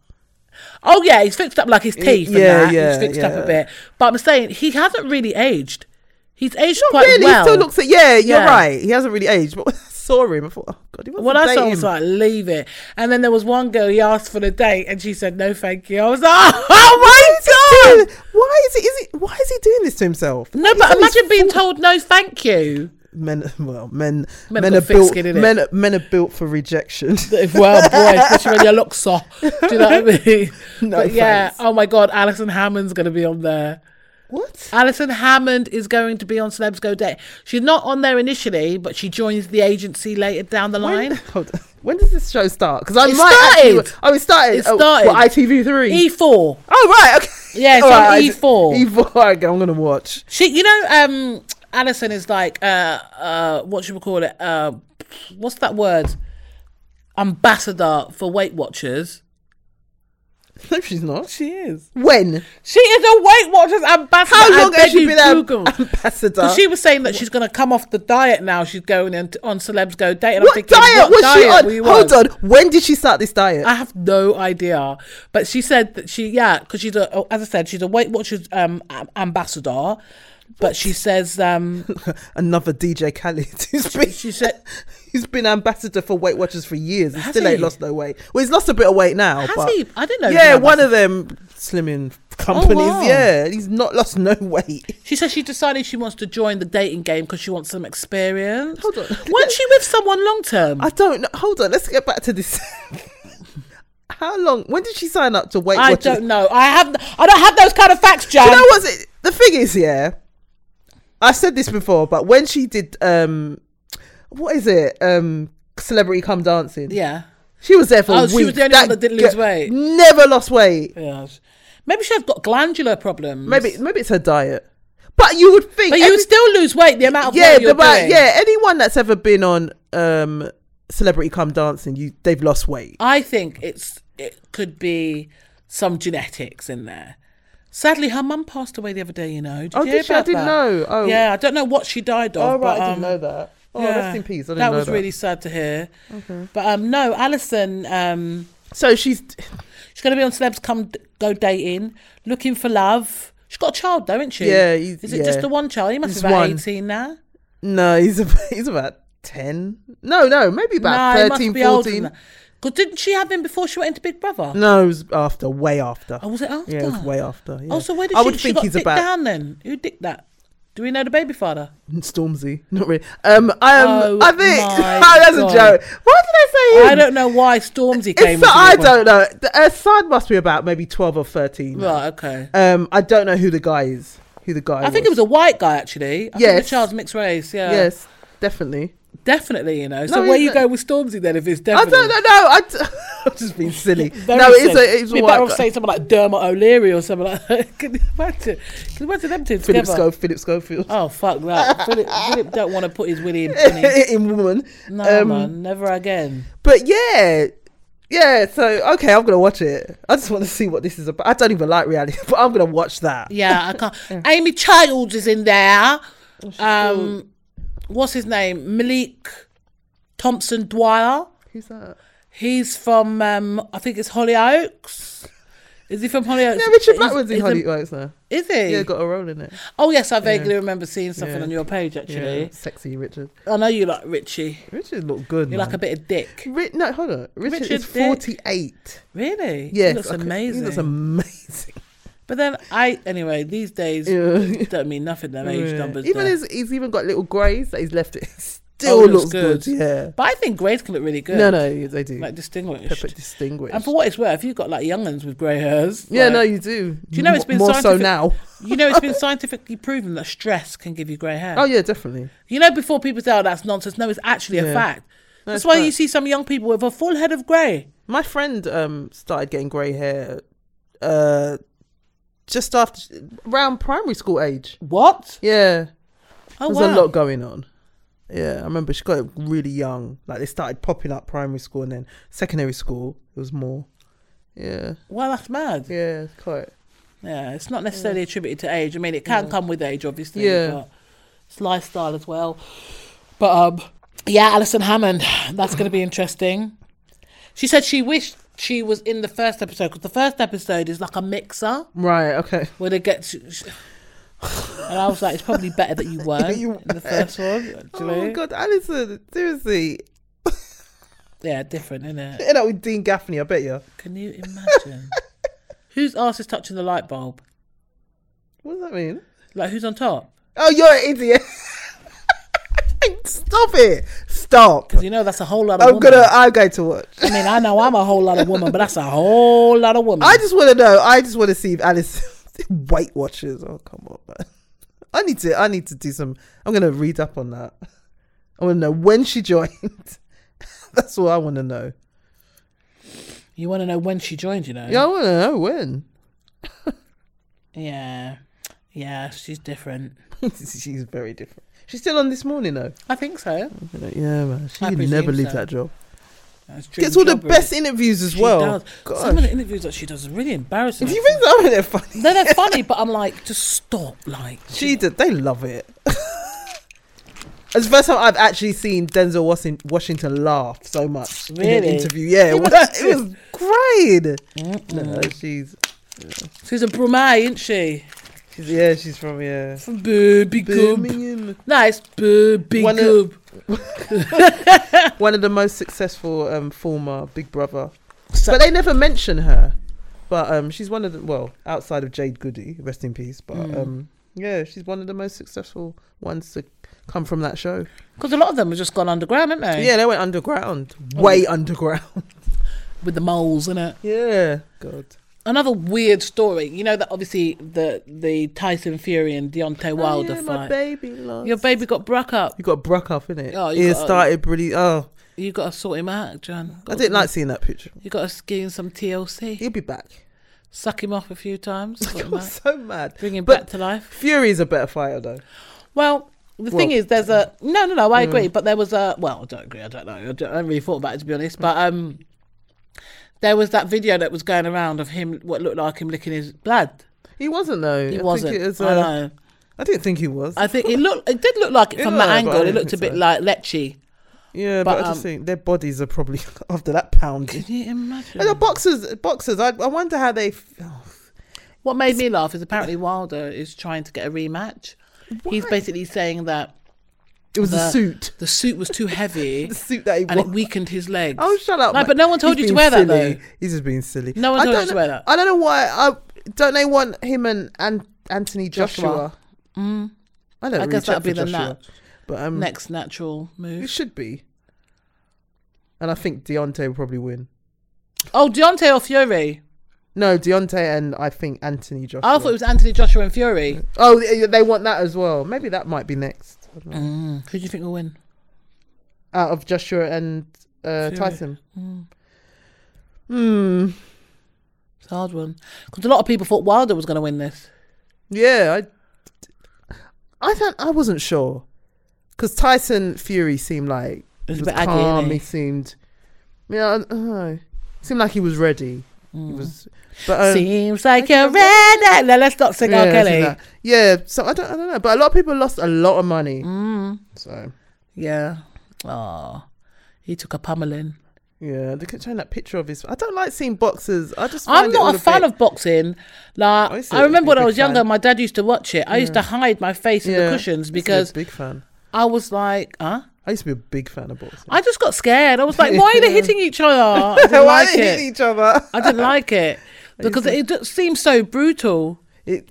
S1: Oh yeah, he's fixed up like his teeth.
S2: yeah,
S1: and that.
S2: yeah,
S1: he's fixed up
S2: yeah.
S1: a bit. But I'm saying he hasn't really aged. He's aged
S2: Not
S1: quite
S2: really.
S1: well.
S2: He still looks. Yeah, you're
S1: Yeah.
S2: right. He hasn't really aged. But when I saw him, I thought, oh god, he must
S1: when
S2: have
S1: I saw him, I
S2: dated
S1: was
S2: him.
S1: like, leave it. And then there was one girl he asked for the date, and she said, no, thank you. I was like, oh, my god.
S2: Dude, why is he? Is he? Why is he doing this to himself?
S1: No,
S2: He's
S1: but
S2: only
S1: imagine being told no, thank you.
S2: men. Well, men.
S1: Men have
S2: Men,
S1: got
S2: are
S1: thick
S2: built.
S1: skin, innit?
S2: men, men are built for rejection.
S1: well, boy, especially when you look so. Do you know what I mean?
S2: No
S1: but yeah,
S2: thanks.
S1: oh my God, Alison Hammond's going to be on there.
S2: what?
S1: Alison Hammond is going to be on Celebs Go Date. She's not on there initially, but she joins the agency later down the
S2: When,
S1: line.
S2: hold on. When does this show start? Because I
S1: It
S2: might. actually-
S1: started.
S2: oh, it started.
S1: It started.
S2: Oh, what, ITV3.
S1: E E4.
S2: oh right. Okay.
S1: Yeah, it's
S2: All
S1: on E
S2: right, E I-
S1: E4.
S2: E4. Okay, I'm gonna watch.
S1: She, you know, um, Alison is like, uh, uh, what should we call it? Uh, what's that word? Ambassador for Weight Watchers.
S2: No, she's not.
S1: She is.
S2: When?
S1: She is a Weight Watchers ambassador.
S2: How
S1: I
S2: long
S1: beg
S2: has she
S1: you
S2: been an
S1: Google.
S2: ambassador?
S1: 'Cause she was saying that she's going to come off the diet now. She's going on, on Celebs Go Date. And I'm
S2: what
S1: thinking,
S2: diet
S1: what
S2: was
S1: diet were
S2: she
S1: you
S2: on? Hold on. When did she start this diet?
S1: I have no idea. But she said that she, yeah, because she's a, oh, as I said, she's a Weight Watchers um, am- ambassador. But she says, um,
S2: Another DJ Khaled. Who's been,
S1: she said,
S2: he's been ambassador for Weight Watchers for years. He
S1: Has
S2: still ain't
S1: he?
S2: lost no weight. Well, he's lost a bit of weight now.
S1: has
S2: but
S1: he? I didn't know. he was
S2: Yeah,
S1: an
S2: one of them slimming companies.
S1: wow.
S2: Yeah, he's not lost no weight.
S1: She says she decided she wants to join the dating game because she wants some experience.
S2: Hold on.
S1: Weren't she with someone long term?
S2: I don't know. Hold on. Let's get back to this. How long? When did she sign up to Weight
S1: I
S2: Watchers?
S1: don't know. I have. I don't have those kind of facts, Jan.
S2: you know what's it? The thing is, yeah, I've said this before, but when she did, um, what is it? Um, Celebrity Come Dancing.
S1: yeah.
S2: She was there for
S1: Oh,
S2: a week.
S1: she was the only one that didn't lose
S2: ge-
S1: weight.
S2: Never lost weight.
S1: Yes. Maybe she's got glandular problems.
S2: Maybe maybe it's her diet. But you would think
S1: But you
S2: every-
S1: would still lose weight. The amount of
S2: yeah,
S1: weight you're
S2: the right-
S1: doing.
S2: yeah, anyone that's ever been on um Celebrity Come Dancing, you they've lost weight.
S1: I think it's it could be some genetics in there. Sadly, her mum passed away the other day. You know? Did
S2: Oh,
S1: you hear
S2: did she? I
S1: about that?
S2: didn't know. Oh.
S1: Yeah, I don't know what she died of.
S2: Oh right,
S1: but,
S2: I
S1: um,
S2: didn't know that. Oh,
S1: Yeah.
S2: rest in peace. I didn't
S1: that
S2: know
S1: was
S2: that.
S1: really sad to hear. But um, no, Alison, um,
S2: So she's
S1: she's going to be on Celebs Come Go Dating, looking for love. She's got a child, though, isn't she?
S2: yeah. He's,
S1: Is it just
S2: yeah.
S1: the one child? He must
S2: Just
S1: be about
S2: one.
S1: 18 now.
S2: No, he's about, he's about ten. No, no, maybe about
S1: no,
S2: thirteen,
S1: he must be older
S2: fourteen.
S1: than that. 'Cause didn't she have him before she went into Big Brother?
S2: No, it was after, way after.
S1: Oh, was it after?
S2: yeah, it was way after. Yeah.
S1: Oh, so where did
S2: I
S1: she,
S2: would
S1: she
S2: think
S1: got
S2: he's
S1: dicked
S2: about
S1: down then? Who dicked that? Do we know the baby father?
S2: Stormzy. Not really. Um, I am.
S1: Oh,
S2: I think
S1: my
S2: that's
S1: God.
S2: a joke. Why did I say him?
S1: I don't know why Stormzy came.
S2: It's so,
S1: into
S2: I
S1: Big Brother.
S2: don't know. The- Her son must be about maybe twelve or thirteen.
S1: Right, okay.
S2: Um, I don't know who the guy is. Who the guy?
S1: I think it was a white guy actually. I think
S2: Yes.
S1: the child's mixed race. Yeah,
S2: yes, definitely.
S1: definitely. You know, so
S2: No,
S1: where
S2: he's
S1: you
S2: not-
S1: go with Stormzy then? If it's
S2: I
S1: definitely,
S2: don't know. No, I. D- I've just been silly.
S1: Very
S2: no, it's
S1: silly.
S2: a. It's a
S1: Be better
S2: white
S1: off
S2: guy.
S1: saying someone like Dermot O'Leary or something like. that. Can you imagine? Can you imagine them two
S2: Philip
S1: together?
S2: Scofield. Philip Schofield.
S1: Oh fuck that! Philip, Philip don't want to put his willy in penny.
S2: in woman.
S1: No
S2: Um,
S1: man, never again.
S2: But yeah, yeah. So okay, I'm gonna watch it. I just want to see what this is about. I don't even like reality, but I'm gonna watch that.
S1: Yeah, I can't. Amy Childs is in there.
S2: Oh,
S1: Um, what's his name? Malik Thompson Dwyer.
S2: Who's that?
S1: He's from um, I think it's Hollyoaks. Is he from Hollyoaks?
S2: Yeah, Richard
S1: He's-
S2: Black was in
S1: he's a-
S2: Hollyoaks now.
S1: Is he?
S2: Yeah, got a role in it.
S1: oh yes, I vaguely remember seeing something
S2: Yeah.
S1: on your page actually.
S2: Yeah, sexy Richard.
S1: I know you like Richie.
S2: Richard looked good.
S1: You like a bit of dick.
S2: Ri- no, hold on. Richard,
S1: Richard
S2: is
S1: Dick.
S2: 48.
S1: Really?
S2: Yeah,
S1: He looks amazing.
S2: He looks amazing.
S1: but then I anyway, these days
S2: Yeah.
S1: don't mean nothing them age
S2: Yeah.
S1: numbers.
S2: Even
S1: do they?
S2: his, he's even got little greys that he's left. It still
S1: Oh, it looks
S2: looks, good.
S1: good.
S2: Yeah.
S1: but I think Grace can look really good.
S2: No, no, they do.
S1: Like distinguished.
S2: Pepper distinguished.
S1: And for what it's worth, you've got like young uns with grey hairs.
S2: yeah,
S1: like-
S2: no, you do. Do
S1: you know it's been
S2: more so
S1: scientific-
S2: now?
S1: You know, it's been scientifically proven that stress can give you grey hair.
S2: Oh yeah, definitely.
S1: You know, before people say, oh, that's nonsense. No, it's actually a
S2: Yeah.
S1: fact.
S2: No,
S1: That's
S2: it's
S1: why
S2: fact.
S1: you see some young people with a full head of grey.
S2: My friend um started getting grey hair, uh, just after around primary school age.
S1: What?
S2: Yeah,
S1: Oh,
S2: There's
S1: wow.
S2: a lot going on. Yeah, I remember she got it really young. Like they started popping up primary school and then secondary school. It was more. Yeah,
S1: Well, that's mad. Yeah.
S2: yeah, it's quite.
S1: it's not necessarily attributed to age. I mean, it can come with age, obviously.
S2: Yeah.
S1: But it's lifestyle as well. But um, yeah, Alison Hammond. That's going to be interesting. She said she wished she was in the first episode because the first episode is like a mixer.
S2: Right. Okay.
S1: where they get to, and I was like, it's probably better that you weren't
S2: You
S1: in the first one. do you
S2: Oh
S1: know?
S2: my god, Alison, seriously,
S1: Yeah, different, isn't it?
S2: end up with Dean Gaffney. I bet you.
S1: Can you imagine? whose ass is touching the light bulb?
S2: What does that mean?
S1: Like, who's on top?
S2: Oh, you're an idiot. Stop it. Stop.
S1: 'Cause you know that's a whole lot of
S2: I'm
S1: woman.
S2: gonna. I'm going to watch.
S1: I mean, I know I'm a whole lot of woman, but that's a whole lot of woman.
S2: I just want to know. I just want to see if Alice Weight Watchers. Oh come on, man. I need to. I need to do some. I'm gonna read up on that. I want to know when she joined. That's all I want to know.
S1: you want to know when she joined, you know?
S2: Yeah, I want to know when.
S1: Yeah. Yeah, she's different.
S2: She's very different. She's still on this morning though.
S1: I think so.
S2: Yeah, man. She
S1: I
S2: could
S1: presume
S2: never leave
S1: so.
S2: that job.
S1: That's true.
S2: Gets all the best interviews as
S1: she
S2: well.
S1: Does. Some of
S2: God,
S1: the interviews that she does is really embarrassing.
S2: if you think that they're funny,
S1: no, they're funny, but I'm like, just stop. Like,
S2: she did. They love it. It's the first time I've actually seen Denzel Washing- Washington laugh so much in an
S1: Really?
S2: interview. Yeah,
S1: He
S2: it was,
S1: must-
S2: it was great. No, she's,
S1: She's a Brumay, isn't she?
S2: she's yeah, she's from yeah.
S1: From Baby Gub.
S2: Birmingham.
S1: Nice Baby
S2: One of-
S1: Gub.
S2: One of the most successful um, former Big Brother,
S1: So-
S2: but they never mention her. But um, she's one of the well, outside of Jade Goody, rest in peace. But um, yeah, she's one of the most successful ones to come from that show.
S1: Because a lot of them have just gone underground, haven't they?
S2: Yeah, they went underground, way underground.
S1: With the moles in it.
S2: yeah, God.
S1: Another weird story. You know that obviously the the Tyson Fury and Deontay Wilder
S2: oh, yeah, my
S1: fight.
S2: baby loves.
S1: Your baby got bruck up.
S2: You got Brock up in it.
S1: Oh,
S2: Oh,
S1: you
S2: it
S1: got-
S2: started really. Oh,
S1: You got to sort him out, John.
S2: I didn't like seeing that picture.
S1: You got to give him some TLC.
S2: He'll be back.
S1: Suck him off a few times. sort him
S2: I'm
S1: out,
S2: so mad.
S1: Bring him
S2: But-
S1: back to life.
S2: Fury's a better fighter though.
S1: Well, the
S2: Well-
S1: thing is, there's a no, no, no. I agree, but there was a well, I don't agree. I don't know. I, don't, I haven't really thought about it to be honest. But um, there was that video that was going around of him, what looked like him licking his blood.
S2: He wasn't though.
S1: He
S2: I
S1: wasn't.
S2: Think it was,
S1: I
S2: uh,
S1: know.
S2: I didn't think he was.
S1: I think it looked. It did look like it from
S2: Yeah,
S1: that
S2: but I
S1: angle. It
S2: didn't
S1: looked a bit
S2: think so.
S1: like Lecce.
S2: yeah,
S1: but,
S2: but, I just
S1: um,
S2: think their bodies are probably after that pounding.
S1: Can you imagine?
S2: And the boxers, boxers. I, I wonder how they. f- Oh,
S1: What made me laugh is apparently Wilder is trying to get a rematch. He's basically saying that
S2: it was
S1: The-
S2: a suit.
S1: the suit was too heavy
S2: The suit that he
S1: and it
S2: wore.
S1: weakened his legs.
S2: Oh, shut up!
S1: No,
S2: mate.
S1: but no one told
S2: He's
S1: you to
S2: being
S1: wear that,
S2: silly.
S1: though.
S2: He's just being silly.
S1: No one
S2: I
S1: told you
S2: don't
S1: to
S2: know-
S1: wear that.
S2: I don't know why. I don't they want him and, and Anthony Joshua.
S1: Joshua. Mm.
S2: I don't.
S1: I
S2: really
S1: guess
S2: check
S1: that'll be
S2: for
S1: the
S2: Joshua,
S1: nat-
S2: But um,
S1: Next natural
S2: it
S1: move.
S2: should be. And I think Deontay will probably win.
S1: Oh, Deontay or Fury?
S2: No, Deontay and I think Anthony Joshua.
S1: I thought it was Anthony Joshua and Fury.
S2: oh, they they want that as well. Maybe that might be next. I don't know.
S1: Who do you think will win?
S2: Out of Joshua and uh,
S1: Fury.
S2: Tyson. Hmm.
S1: It's a hard one because a lot of people thought Wilder was going to win this.
S2: Yeah, I, I don't. I wasn't sure because Tyson Fury seemed like
S1: It was a
S2: he
S1: bit aggy,
S2: calm.
S1: innit?
S2: He seemed, yeah, I don't know. seemed like he was ready.
S1: Mm.
S2: He was, but um,
S1: Seems like you're ready. Now let's not sing
S2: yeah,
S1: R.
S2: it's
S1: Kelly.
S2: that. Yeah, so I don't, I don't know, but a lot of people lost a lot of money.
S1: Mm.
S2: So
S1: Yeah. Oh, he took a pummeling.
S2: yeah, they kept showing that picture of his. I don't like seeing boxers. I just
S1: I'm
S2: find it all
S1: not a fan
S2: bit-
S1: of boxing. Like
S2: I used to
S1: I remember
S2: be
S1: when
S2: a
S1: I
S2: big
S1: was younger,
S2: fan.
S1: my dad used to watch it. I used to hide my face in
S2: Yeah,
S1: the cushions
S2: I used to be
S1: because
S2: a big fan.
S1: I was like, huh?
S2: I used to be a big fan of boxing.
S1: I just got scared. I was like, why are they hitting each other? I didn't
S2: Why
S1: like
S2: they hit
S1: it.
S2: each other?
S1: I didn't like it because it just seems so brutal.
S2: It,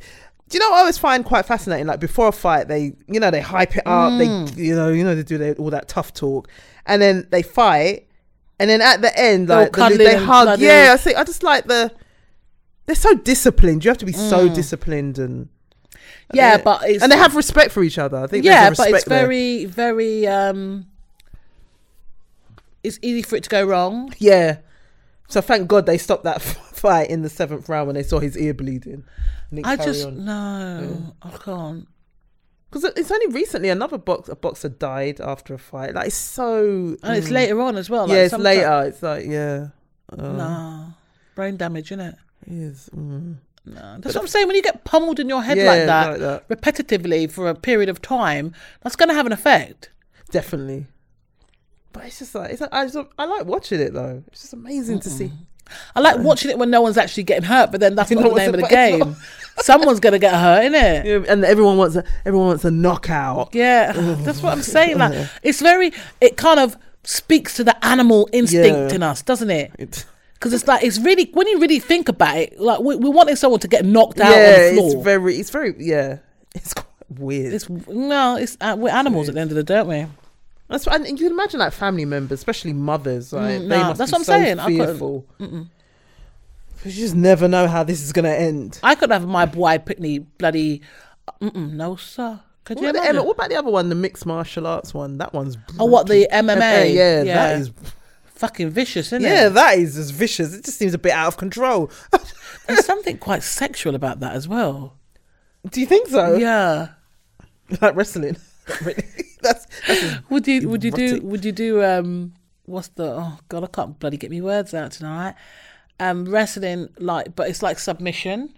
S2: do you know what I always find quite fascinating? Like before a fight, they you know they hype it up.
S1: Mm.
S2: They you know you know they do their, all that tough talk, and then they fight, and then at the end
S1: They're all
S2: like the,
S1: cuddling
S2: they
S1: and
S2: hug.
S1: bloody-
S2: Yeah, I think I just like the they're so disciplined. You have to be so disciplined and
S1: Mm. Yeah, but it's
S2: and they have respect for each other. I think there's
S1: yeah,
S2: a
S1: but it's
S2: respect there.
S1: very very um. It's easy for it to go wrong.
S2: yeah. So thank God they stopped that fight in the seventh round when they saw his ear bleeding. Nick
S1: I
S2: carry
S1: just
S2: on.
S1: no, I can't.
S2: Because it's only recently another box a boxer died after a fight. Like it's so
S1: And it's later on as well. like
S2: Mm. yeah, it's
S1: sometimes-
S2: later. It's like yeah, uh,
S1: Nah, brain damage, innit?
S2: it is. Mm.
S1: Nah. That's what I'm saying. When you get pummeled in your head
S2: Yeah,
S1: like, that,
S2: like that.
S1: repetitively for a period of time, that's going to have an effect.
S2: definitely. But it's just like it's. Like, I just, I like watching it though. It's just amazing to see.
S1: I like watching it when no one's actually getting hurt, but then that's
S2: You
S1: not
S2: know
S1: the
S2: what's
S1: name of the
S2: about- it's not-
S1: game. Someone's going to get hurt, innit?
S2: Yeah, and everyone wants a everyone wants a knockout.
S1: Yeah,
S2: Oh.
S1: that's what I'm saying. Like, it's very, it kind of speaks to the animal instinct
S2: Yeah.
S1: in us, doesn't it?
S2: It's,
S1: Because it's like, it's really, when you really think about it, like, we, we're wanting someone to get knocked out
S2: yeah,
S1: on the floor.
S2: it's very. It's very. Yeah, it's quite weird.
S1: It's no, it's uh, we're animals at the end of the day, aren't we?
S2: that's what, and you can imagine like family members, especially mothers. Like,
S1: Mm,
S2: they
S1: nah,
S2: must
S1: that's
S2: be
S1: what I'm
S2: so
S1: saying. I couldn't-
S2: Fearful. Because you just never know how this is gonna end.
S1: I could have my boy Pitney bloody. uh, Mm-mm, no sir. Could
S2: What
S1: you
S2: about, the,
S1: imagine?
S2: M- what about the other one, the mixed martial arts one? That one's
S1: Oh, what the MMA?
S2: MMA, yeah, that is
S1: fucking vicious, isn't
S2: yeah,
S1: it?
S2: that is as vicious. It just seems a bit out of control.
S1: There's something quite sexual about that as well.
S2: Do you think so?
S1: Yeah.
S2: like wrestling. that's, that's
S1: Would you would you do
S2: Erotic.
S1: would you do um what's the oh god I can't bloody get me words out tonight. Um wrestling like but it's like submission.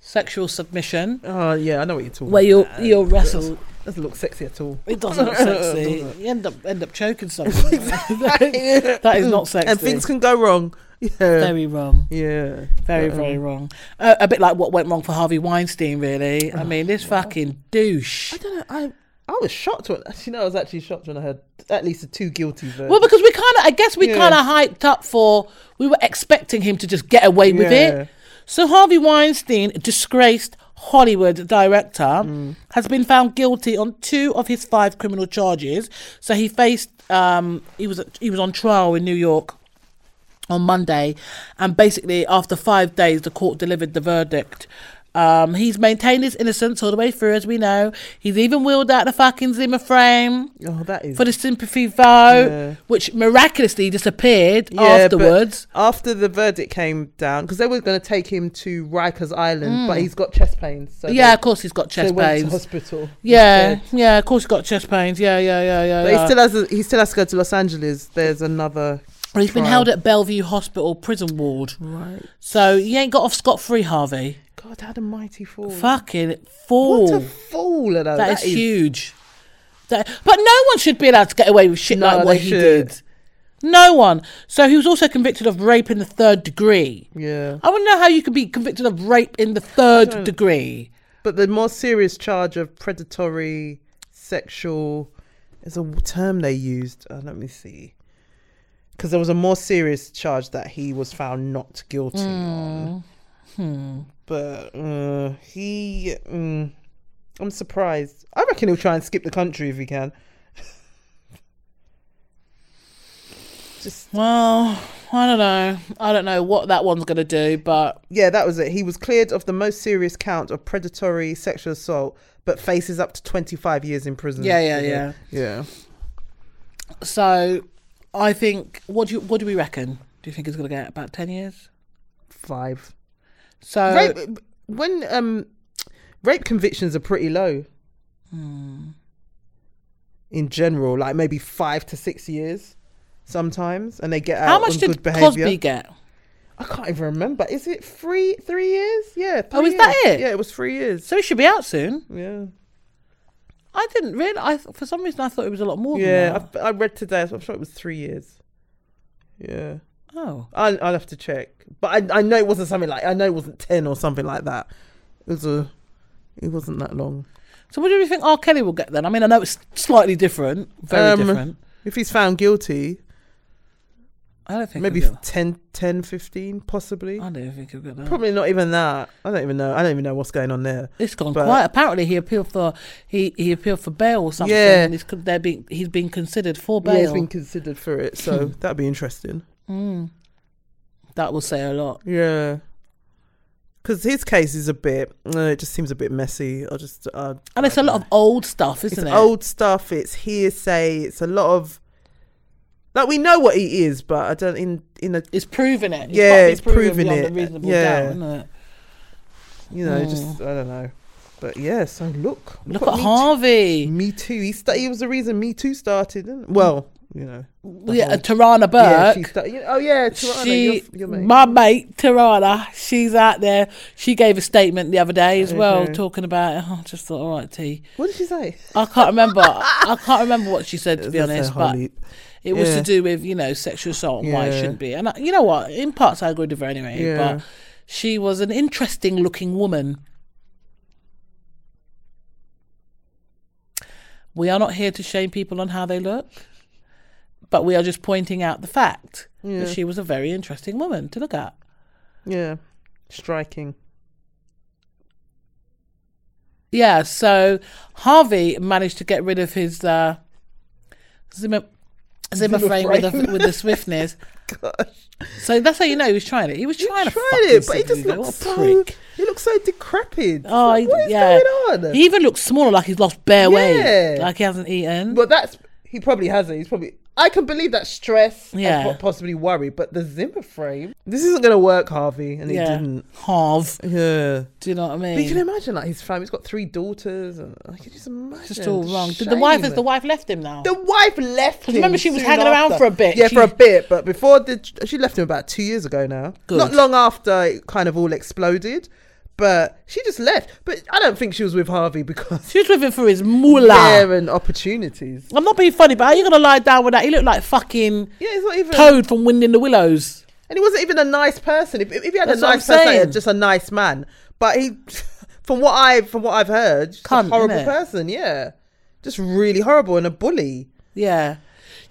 S1: Sexual submission.
S2: oh yeah, I know what you're talking.
S1: Where
S2: about.
S1: you'll you'll wrestle
S2: doesn't look sexy at all.
S1: It doesn't look sexy. You end up end up choking someone. that is not sexy.
S2: And things can go wrong. Yeah,
S1: very wrong.
S2: yeah,
S1: Very
S2: But, um,
S1: very wrong. Uh, a bit like what went wrong for Harvey Weinstein. Really. I mean, this fucking douche.
S2: Oh, I don't know. I I was shocked when you know I was actually shocked when I heard at least the two guilty versions.
S1: Well, because we kind of, I guess we
S2: Yeah.
S1: kind of hyped up for. We were expecting him to just get away with
S2: Yeah.
S1: it. So Harvey Weinstein, disgraced Hollywood director, has been found guilty on two of his five criminal charges. So he faced. Um, he was he was on trial in New York on Monday, and basically after five days, the court delivered the verdict. Um, he's maintained his innocence all the way through, as we know. He's even wheeled out the fucking Zimmer frame
S2: oh, that is
S1: for the sympathy vote,
S2: Yeah.
S1: which miraculously disappeared
S2: Yeah, but
S1: afterwards.
S2: After the verdict came down, because they were going to take him to Rikers Island, but he's got chest pains. So
S1: Mm. yeah, of course he's got
S2: they, so
S1: chest
S2: they went to
S1: pains.
S2: hospital.
S1: Yeah,
S2: instead.
S1: yeah, of course he's got chest pains. Yeah, yeah, yeah, yeah.
S2: But
S1: yeah.
S2: he still has. A, he still has to go to Los Angeles. There's another.
S1: Well, he's been
S2: trial.
S1: held at Bellevue Hospital prison ward,
S2: Right.
S1: so he ain't got off scot free, Harvey.
S2: God, had a mighty fall.
S1: Fucking fool.
S2: What a fool! Though.
S1: that is, huge. That, but no one should be allowed to get away with shit
S2: No,
S1: like what
S2: they
S1: he
S2: should.
S1: did. No one. So he was also convicted of rape in the third degree.
S2: Yeah.
S1: I want to know how you can be convicted of rape in the third degree.
S2: But the more serious charge of predatory sexual is a w- term they used. Uh, let me see. Because there was a more serious charge that he was found not guilty on. But uh, he. Mm, I'm surprised. I reckon he'll try and skip the country if he can. Just
S1: Well, I don't know. I don't know what that one's going to do, but
S2: yeah, that was it. He was cleared of the most serious count of predatory sexual assault, but faces up to 25 years in prison.
S1: yeah, yeah, yeah.
S2: Yeah.
S1: So I think what do you what do we reckon? Do you think he's going to get about 10 years?
S2: Five.
S1: So
S2: rape, when um, rape convictions are pretty low.
S1: Hmm.
S2: In general, like maybe five to six years sometimes, and they get out
S1: how much
S2: on
S1: did
S2: good behavior.
S1: Cosby get?
S2: I can't even remember. Is it three three years? Yeah.
S1: Oh,
S2: three
S1: is that
S2: years.
S1: it?
S2: Yeah, it was three years.
S1: So he should be out soon.
S2: Yeah.
S1: I didn't really. I for some reason I thought it was a lot more. Than
S2: Yeah,
S1: that.
S2: I, I read today. I'm sure it was three years. Yeah,
S1: Oh,
S2: I, I'll have to check, but I, I know it wasn't something like I know it wasn't ten or something like that. It was a, it wasn't that long.
S1: so what do you think R. Kelly will get then? I mean, I know it's slightly different, very
S2: Um,
S1: different.
S2: If he's found guilty,
S1: I don't think
S2: maybe
S1: he'll get
S2: 10, 10, 15, possibly.
S1: that. I don't think he'll get that.
S2: Probably not even that. I don't even know. I don't even know what's going on there.
S1: It's gone
S2: but-
S1: quiet. Apparently, he appealed for he, he appealed for bail or something.
S2: Yeah.
S1: and he's, con- they're being he's been considered for
S2: Yeah, he's
S1: bail.
S2: been considered for it, so that'd be interesting.
S1: Mm. That will say a lot.
S2: Yeah, because his case is a bit. Uh, it just seems a bit messy. I just. Uh,
S1: And it's a lot of old stuff, isn't it?
S2: it's old stuff. It's hearsay. It's a lot of. Like we know what he is, but I don't in in a
S1: It's proving it.
S2: Yeah,
S1: gotta be
S2: it's
S1: proven
S2: proving
S1: beyond
S2: it.
S1: a reasonable
S2: Yeah.
S1: doubt, isn't it?
S2: you know just I don't know, but yeah. So look,
S1: Hmm. Look
S2: what
S1: at
S2: Me Too-
S1: Harvey.
S2: Me too. He sta he was the reason Me Too started. Didn't, well, you know. the
S1: Yeah,
S2: whole-
S1: Tarana
S2: Yeah,
S1: Burke.
S2: she sta- you- oh yeah, Tarana,
S1: she,
S2: your, your mate.
S1: my mate Tarana, she's out there. She gave a statement the other day as well,
S2: Okay.
S1: talking about. Oh, I just thought, all right, T.
S2: what did she say?
S1: I can't remember. I can't remember what she said to be
S2: That's a
S1: honest,
S2: whole
S1: but
S2: heap.
S1: it was
S2: Yeah.
S1: to do with you know sexual assault and why it
S2: Yeah.
S1: shouldn't be. And I, you know what? In parts, I agreed with her anyway.
S2: Yeah.
S1: But she was an interesting looking woman. We are not here to shame people on how they look, but we are just pointing out the fact
S2: Yeah.
S1: that she was a very interesting woman to look at.
S2: yeah, striking.
S1: Yeah, so Harvey managed to get rid of his uh, Zimmer, Zimmer,
S2: Zimmer
S1: frame, With, the, with the swiftness.
S2: Gosh,
S1: So that's how you know he was trying it. He was trying to
S2: tried
S1: fucking
S2: it, but he
S1: succeed.
S2: just looks
S1: What a
S2: so.
S1: prick.
S2: He looks so decrepit.
S1: Oh,
S2: Like,
S1: he-
S2: what is
S1: yeah.
S2: going on?
S1: He even looks smaller, like he's lost bare weight,
S2: Yeah.
S1: like he hasn't eaten.
S2: But that's he probably hasn't. He's probably I can believe that stress
S1: Yeah.
S2: and po- possibly worry, but the Zimmer frame. This isn't gonna work, Harvey, and it
S1: yeah,
S2: didn't.
S1: Harv.
S2: Yeah.
S1: Do you know what I
S2: But you can
S1: mean?
S2: imagine like his family. He's got three daughters, and I can just imagine.
S1: Just all wrong. Did the
S2: Shame.
S1: wife has the wife left him now?
S2: The wife left him.
S1: remember she was
S2: soon
S1: hanging around
S2: after.
S1: for a bit.
S2: Yeah,
S1: She-
S2: for a bit, but before the she left him about two years ago now.
S1: Good.
S2: Not long after it kind of all exploded, but she just left. But I don't think she was with Harvey because
S1: She was with him for his moolah.
S2: there and opportunities.
S1: I'm not being funny, but how are you gonna lie down with that? He looked like fucking
S2: Yeah, it's not even
S1: Toad from Winding the Willows.
S2: And he wasn't even a nice person. If, if he had
S1: That's
S2: a
S1: what
S2: nice
S1: I'm
S2: person, like,
S1: saying.
S2: just a nice man. But he, from what I from what I've heard, just
S1: Cunt,
S2: a horrible
S1: innit?
S2: person. Yeah, just really horrible and a bully.
S1: Yeah.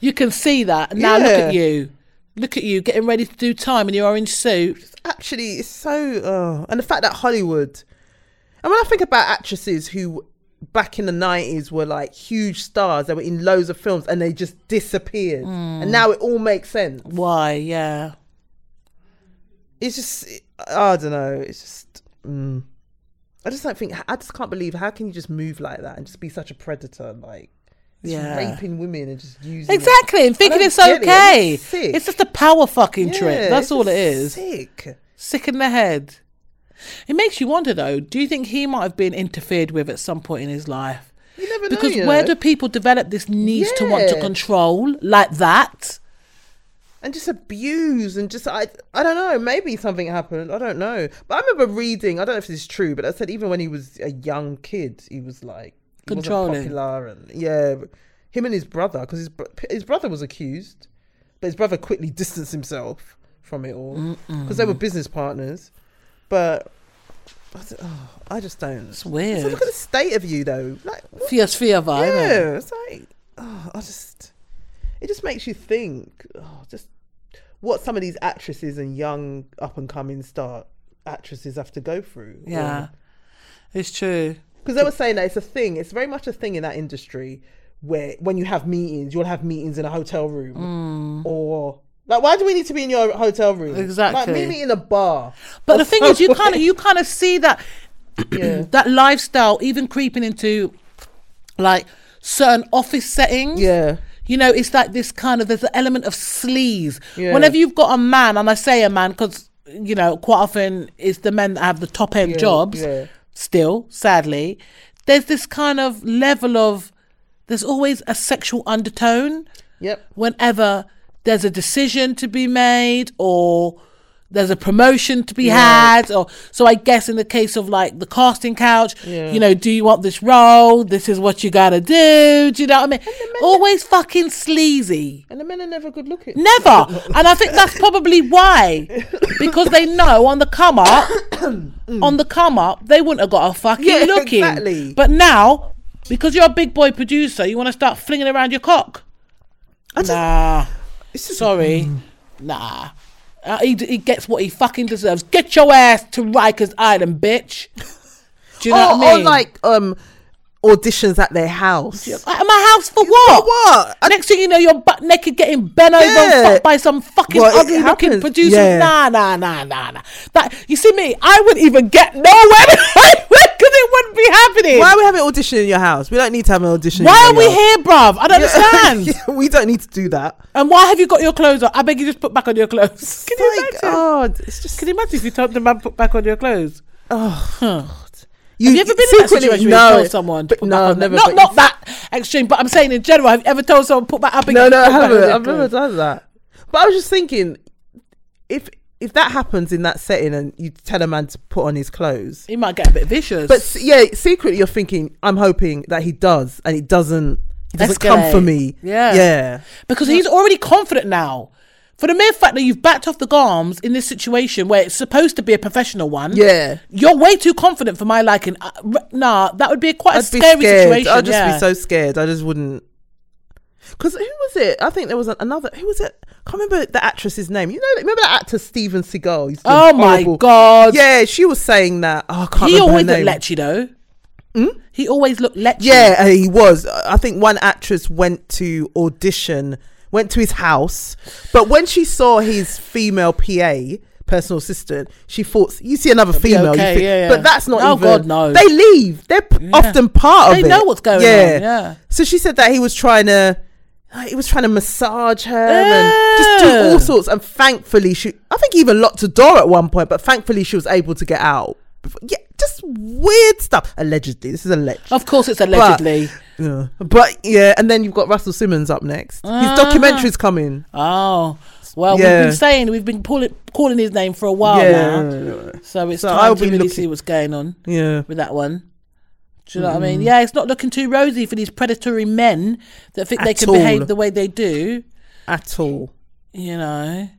S1: You can see that. Now look
S2: Yeah.
S1: at you. Look at you getting ready to do time in your orange suit.
S2: Actually, it's so. Uh, and the fact that Hollywood, and when I think about actresses who back in the nineties were like huge stars, they were in loads of films, and they just disappeared.
S1: Hmm.
S2: And now it all makes sense.
S1: Why? Yeah.
S2: it's just I don't know. It's just mm, I just don't think I just can't believe how can you just move like that and just be such a predator like just
S1: Yeah.
S2: raping women and just using
S1: Exactly. And thinking
S2: don't
S1: it's
S2: get it.
S1: okay.
S2: It's sick.
S1: It's just a power fucking
S2: Yeah,
S1: trip. That's
S2: it's
S1: all it
S2: just
S1: is.
S2: Sick.
S1: Sick in the head. It makes you wonder though, do you think he might have been interfered with at some point in his life?
S2: You never know.
S1: Because
S2: you
S1: where
S2: know.
S1: do people develop this need to want to
S2: Yeah.
S1: control like that?
S2: and just abuse and just I I don't know maybe something happened I don't know but I remember reading I don't know if this is true but I said even when he was a young kid he was like he wasn't
S1: Controlling.
S2: popular and yeah him and his brother because his br- his brother was accused but his brother quickly distanced himself from it all because they were business partners but I, said, oh, I just don't
S1: It's
S2: so
S1: weird.
S2: look at the state of you though like what
S1: Fierce fear vibe.
S2: yeah,
S1: innit?
S2: it's like oh, I just it just makes you think. Oh, just what some of these actresses and young up and coming star actresses have to go through.
S1: Yeah. It's true.
S2: because they were saying that it's a thing. It's very much a thing in that industry where when you have meetings, you'll have meetings in a hotel room or. Like, why do we need to be in your hotel room? Like,
S1: Exactly.
S2: meet me in a bar.
S1: But the thing is, you kind of you kind of see that
S2: Yeah.
S1: that lifestyle even creeping into like certain office settings.
S2: Yeah.
S1: You know, it's like this kind of there's an element of sleaze.
S2: Yeah.
S1: Whenever you've got a man, and I say a man because you know quite often it's the men that have the top end
S2: Yeah,
S1: jobs.
S2: yeah.
S1: Still, sadly, there's this kind of level of there's always a sexual undertone
S2: Yep.
S1: whenever there's a decision to be made or there's a promotion to be had or so i guess in the case of like the casting couch
S2: Yeah.
S1: you know do you want this role this is what you gotta do do you know what i mean always fucking sleazy
S2: And the men are never good looking.
S1: never and i think that's probably why because they know on the come up on the come up they wouldn't have got a fucking
S2: Yeah,
S1: looking
S2: exactly.
S1: but now because you're a big boy producer you want to start flinging around your cock nah
S2: It's just
S1: Sorry. Nah. Uh, he, he gets what he fucking deserves. Get your ass to Rikers Island, bitch. Do you know
S2: or,
S1: what I
S2: or
S1: mean?
S2: like um auditions at their house.
S1: Like, at my house for what?
S2: What? I-
S1: Next thing you know, you're butt naked getting bent over
S2: Yeah.
S1: and fucked by some fucking
S2: Well, it
S1: ugly looking
S2: happens.
S1: producer.
S2: Yeah.
S1: Nah, nah, nah, nah, nah. That you see me, I wouldn't even get nowhere because it wouldn't be happening.
S2: Why
S1: Why,
S2: are we having audition in your house? We don't need to have an audition.
S1: are we here, bruv? I don't understand.
S2: we don't need to do that.
S1: And why have you got your clothes on? I beg you, just put back on your clothes. Can you
S2: My
S1: imagine?
S2: God, it's just.
S1: Can you imagine if you told the man put back on your clothes?
S2: Oh, God.
S1: Have you ever been in that
S2: secretly-
S1: situation where
S2: no,
S1: you told someone? To
S2: but
S1: put
S2: no,
S1: back
S2: I've
S1: on
S2: never.
S1: Their,
S2: but-
S1: not, not that extreme, but I'm saying in general, have you ever told someone put back up?
S2: No,
S1: against-
S2: no, I
S1: put back
S2: haven't.
S1: on their
S2: I've never
S1: clothes?
S2: done that. But I was just thinking, if if that happens in that setting and you tell a man to put on his clothes,
S1: He might get a bit vicious.
S2: But s- yeah, secretly you're thinking, I'm hoping that he does, and it doesn't. It doesn't come for
S1: Escalate.
S2: me.
S1: Yeah.
S2: yeah.
S1: because he's already confident now. For the mere fact that you've backed off the Garms in this situation where it's supposed to be a professional one,
S2: Yeah.
S1: you're way too confident for my liking. Uh, r- nah, that would be quite a
S2: I'd be
S1: scary
S2: scared.
S1: situation.
S2: I'd just
S1: yeah.
S2: be so scared. I just wouldn't. Because who was it? I think there was another. Who was it? I can't remember the actress's name. You know, remember that actor Steven Seagal? He's
S1: Oh my
S2: horrible-
S1: god!
S2: Yeah, she was saying that. Oh, I can't
S1: he
S2: remember
S1: always
S2: her
S1: looked
S2: name. Hmm?
S1: lechy though. He always looked lechy.
S2: Yeah, uh, he was. I think one actress went to audition, went to his house, but when she saw his female PA, personal assistant, she thought, "You see another female, you
S1: okay,
S2: think-
S1: yeah, yeah.
S2: but that's not
S1: Oh,
S2: even."
S1: God, no.
S2: They leave. They're p- often part
S1: They
S2: of it.
S1: know what's going on, yeah.
S2: So she said that he was trying to. uh, He was trying to massage her and just
S1: Yeah.
S2: do all sorts. And thankfully, she, I think he even locked a door at one point, but thankfully she was able to get out. Yeah, just weird stuff. Allegedly. This is alleged.
S1: of course it's allegedly.
S2: Yeah. But yeah, and then you've got Russell Simmons up next.
S1: Uh-huh.
S2: His documentary's coming.
S1: Oh well,
S2: Yeah.
S1: we've been saying we've been calling calling his name for a while now,
S2: yeah.
S1: so it's
S2: So
S1: time
S2: I'll
S1: to
S2: be
S1: really
S2: looking-
S1: see what's going on
S2: Yeah.
S1: with that one. Do you know what I mean?
S2: Mm-hmm.
S1: Yeah, it's not looking too rosy for these predatory men that think they
S2: At
S1: can
S2: all.
S1: behave the way they do.
S2: At all.
S1: You know,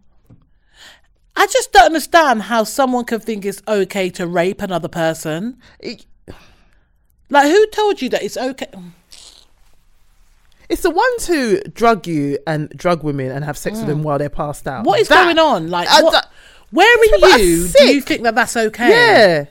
S1: I just don't understand how someone can think it's okay to rape another person.
S2: It-
S1: Like, who told you that it's okay?
S2: it's the ones who drug you and drug women and have sex with them while they're passed out.
S1: Mm. What is
S2: That-
S1: going on? Like,
S2: I
S1: what-
S2: don't-
S1: where in
S2: people
S1: you
S2: are
S1: do you
S2: sick.
S1: think that that's okay?
S2: Yeah.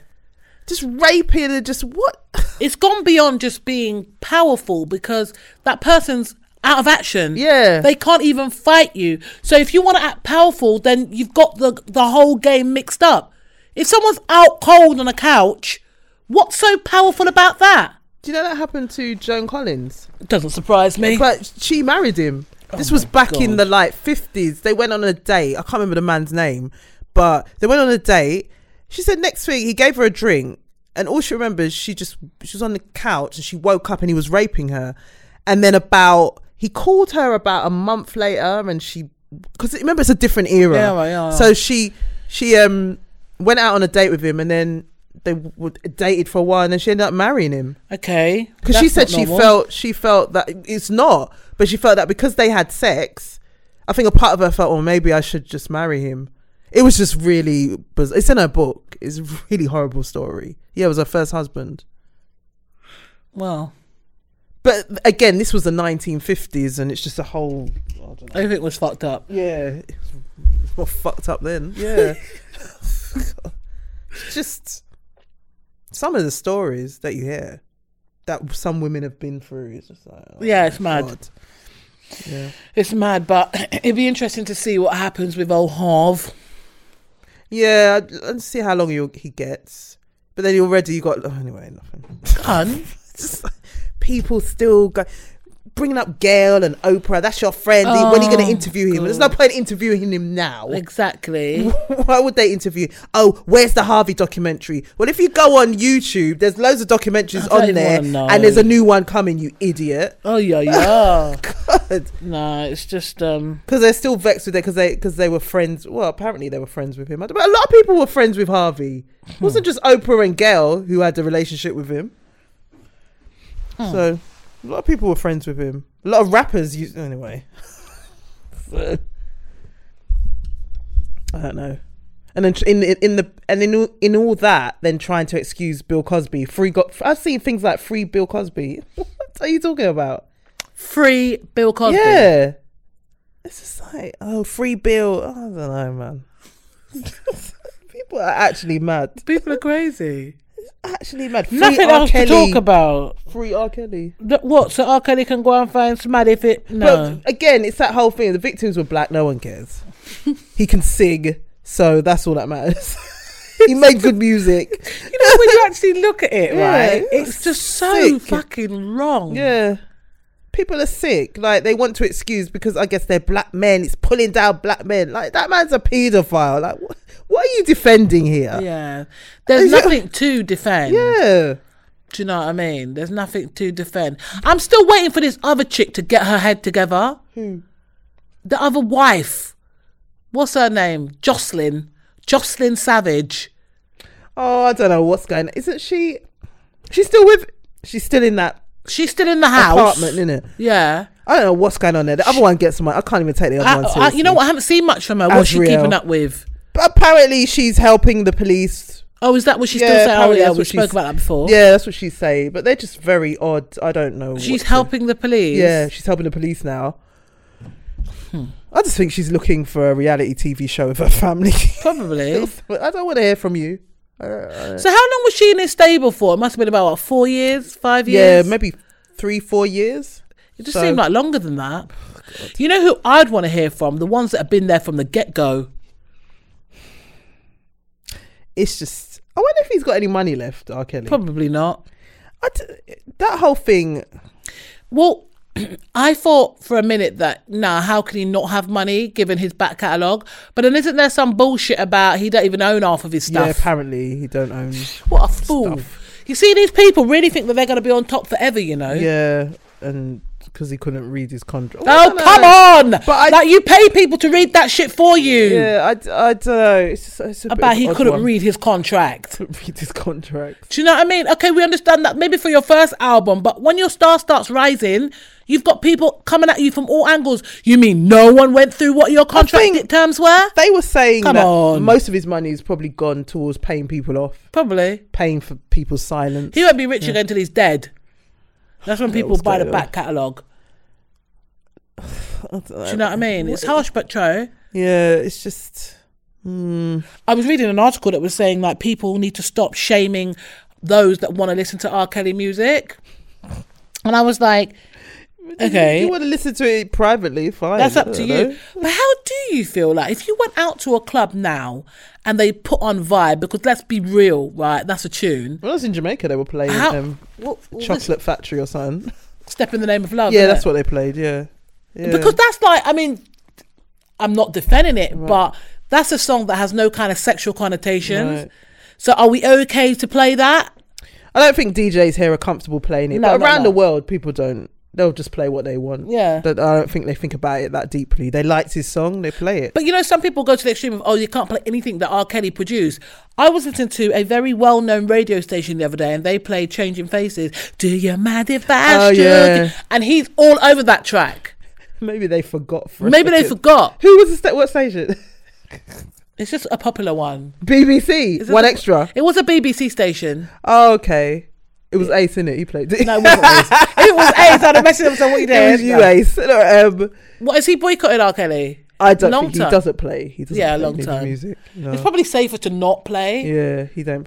S2: Just raping and just what?
S1: it's gone beyond just being powerful because that person's out of action.
S2: Yeah.
S1: They can't even fight you. So if you want to act powerful, then you've got the the whole game mixed up. If someone's out cold on a couch, what's so powerful about that?
S2: Do you know that happened to Joan Collins?
S1: Doesn't surprise me.
S2: But she married him.
S1: Oh
S2: This was back in the like fifties. They went on a date. I can't remember the man's name, but they went on a date. She said next week he gave her a drink, and all she remembers she just she was on the couch and she woke up and he was raping her, and then about he called her about a month later and she because remember it's a different era.
S1: Yeah, right, yeah,
S2: So she she um went out on a date with him, and then they w- dated for a while, and then she ended up marrying him
S1: okay.
S2: because she
S1: That's
S2: said
S1: not
S2: she
S1: normal.
S2: felt she felt that it's not, but she felt that because they had sex, I think a part of her felt, well, maybe I should just marry him. It was just really biz- It's in her book. It's a really horrible story. Yeah, it was her first husband.
S1: Well,
S2: But again, this was the 1950s, and it's just a whole. I don't know.
S1: everything was fucked up.
S2: Yeah, it's more fucked up then. Yeah, It's just some of the stories that you hear that some women have been through. It's just like, oh
S1: Yeah,
S2: my
S1: it's mad.
S2: God. Yeah,
S1: It's mad, but it'd be interesting to see what happens with old Harv.
S2: yeah. I'd, I'd see how long he he gets, but then already you got oh, anyway nothing.
S1: Hun,
S2: Just like, people still go. Bringing up Gail and Oprah, that's your friend. when are you going
S1: Oh,
S2: to interview him? There's no
S1: God.
S2: point interviewing him now.
S1: exactly.
S2: Why would they interview? Oh, where's the Harvey documentary? Well, if you go on YouTube, there's loads of
S1: I
S2: documentaries
S1: don't
S2: on
S1: even
S2: there,
S1: wanna know.
S2: and there's a new one coming. You idiot!
S1: Oh yeah, yeah.
S2: God,
S1: no, it's just um.
S2: because they're still vexed with it because they because they were friends. Well, apparently they were friends with him. I don't- But a lot of people were friends with Harvey. It wasn't just Oprah and Gail who had a relationship with him. So, a lot of people were friends with him. A lot of rappers used anyway. I don't know. And then tr- in in the and in all, in all that, then trying to excuse Bill Cosby, free got. I've seen things like free Bill Cosby. what are you talking about?
S1: Free Bill Cosby.
S2: Yeah. It's just like, oh, free bill. I don't know, man. People are actually mad.
S1: People are crazy.
S2: Actually mad. Free
S1: Nothing
S2: R.
S1: else
S2: Kelly.
S1: to talk about.
S2: Free R. Kelly.
S1: Th- What? So R. Kelly can go and find somebody if it. No.
S2: But again, it's that whole thing. The victims were black. No one cares. he can sing, so that's all that matters. he made good music.
S1: you know, when you actually look at it,
S2: Yeah,
S1: right?
S2: it's
S1: It's just so
S2: sick.
S1: fucking wrong.
S2: Yeah. People are sick. Like they want to excuse because I guess they're black men. It's pulling down black men. Like that man's a paedophile. Like what, what are you defending here?
S1: Yeah. There's
S2: Is it-
S1: nothing to defend.
S2: yeah.
S1: Do you know what I mean? There's nothing to defend. I'm still waiting for this other chick to get her head together.
S2: Who?
S1: The other wife. What's her name? Jocelyn. Jocelyn Savage.
S2: Oh, I don't know what's going on. Isn't she? She's still with. She's still in that
S1: She's still in the house.
S2: apartment, isn't it?
S1: Yeah.
S2: I don't know what's going on there. The other one gets my. I can't even take the other
S1: I,
S2: one
S1: I-
S2: seriously.
S1: you know what? I haven't seen much from her. What's she
S2: Azriel.
S1: keeping up with?
S2: But apparently, she's helping the police.
S1: Oh, is that what she's
S2: Yeah,
S1: still saying? Oh,
S2: apparently
S1: yeah,
S2: that's
S1: we
S2: what
S1: spoke
S2: she's-
S1: about that before.
S2: Yeah, that's what she's saying. But they're just very odd. I don't know.
S1: She's
S2: what to-
S1: helping the police. Hmm.
S2: Yeah, she's helping the police now. I just think she's looking for a reality TV show with her family.
S1: Probably.
S2: I don't want to hear from you. I don't- I don't-
S1: So how long was she in this stable for? It must have been about what, four years, five
S2: Yeah,
S1: years.
S2: maybe three, four years.
S1: It just
S2: so-
S1: seemed like longer than that.
S2: Oh,
S1: You know who I'd want to hear from? The ones that have been there from the get go.
S2: It's just. I wonder if he's got any money left, R. Kelly.
S1: Probably not.
S2: I d- that whole thing.
S1: Well, I thought for a minute that nah, how can he not have money given his back catalogue? But then isn't there some bullshit about he don't even own half of his
S2: Yeah,
S1: stuff?
S2: apparently he don't own.
S1: what a fool! You see, these people really think that they're going to be on top forever. You
S2: Eh?
S1: know?
S2: Yeah, and because he couldn't read his contract.
S1: Oh come on! But
S2: I-
S1: like you pay people to read that shit for you.
S2: Yeah, I, d- I don't know. It's just, it's a bit of
S1: About
S2: an
S1: he
S2: odd
S1: couldn't
S2: one.
S1: read his contract.
S2: Couldn't read his contract.
S1: Do you know what I mean? Okay, we understand that maybe for your first album, but when your star starts rising, you've got people coming at you from all angles. You mean no one went through what your contract
S2: think-
S1: terms were?
S2: They were saying
S1: Come
S2: that
S1: on.
S2: most of his money has probably gone towards paying people off,
S1: Probably.
S2: paying for people's silence.
S1: He won't be rich again until he's dead. That's when people
S2: was
S1: buy the
S2: going on.
S1: back catalogue.
S2: I don't
S1: Do you know what I mean? It's harsh but true.
S2: Yeah, it's just. Mm,
S1: I was reading an article that was saying like people need to stop shaming those that want to listen to R. Kelly music. And I was like, okay.
S2: If you want to listen to it privately, fine.
S1: That's
S2: I
S1: up to
S2: don't know.
S1: you. But how do you feel like if you went out to a club now and they put on vibe? Because let's be real, right? That's a tune.
S2: When I was in Jamaica, they were playing
S1: How-
S2: um,
S1: Well, well,
S2: Chocolate Factory or something.
S1: let's Step in the name of love.
S2: yeah,
S1: innit?
S2: that's what they played. Yeah. yeah.
S1: Because that's like, I mean, I'm not defending it, but that's a song that has no kind of sexual connotations.
S2: Right.
S1: So are we okay to play that?
S2: I don't think DJs here are comfortable playing it,
S1: No,
S2: but
S1: no,
S2: around
S1: no.
S2: the world, people don't they'll just play what they want.
S1: Yeah.
S2: But I don't think they think about it that deeply. They liked his song, they play it.
S1: But you know, some people go to the extreme of, oh, you can't play anything that R. Kelly produced. I was listening to a very well known radio station the other day and they played Changing Faces. Do you mind if I
S2: Oh,
S1: stroke
S2: yeah.
S1: you?" And he's all over that track.
S2: Maybe they forgot for a
S1: Maybe they
S2: second.
S1: forgot.
S2: Who was the sta- what station?
S1: It's just a popular one.
S2: BBC.
S1: Is it
S2: One
S1: the-
S2: extra.
S1: It was a BBC station.
S2: Oh, okay. It was Ace in it. He played.
S1: No, it wasn't Ace. it was Ace. I'd have messaged him and said, what are you
S2: it
S1: doing?
S2: was you, Ace. No, um,
S1: What, is he boycotting R. Kelly?
S2: I don't
S1: Long
S2: think
S1: time.
S2: he doesn't play. He doesn't
S1: Yeah,
S2: play
S1: long
S2: any
S1: time.
S2: music. No.
S1: It's probably safer to not play.
S2: yeah, he don't.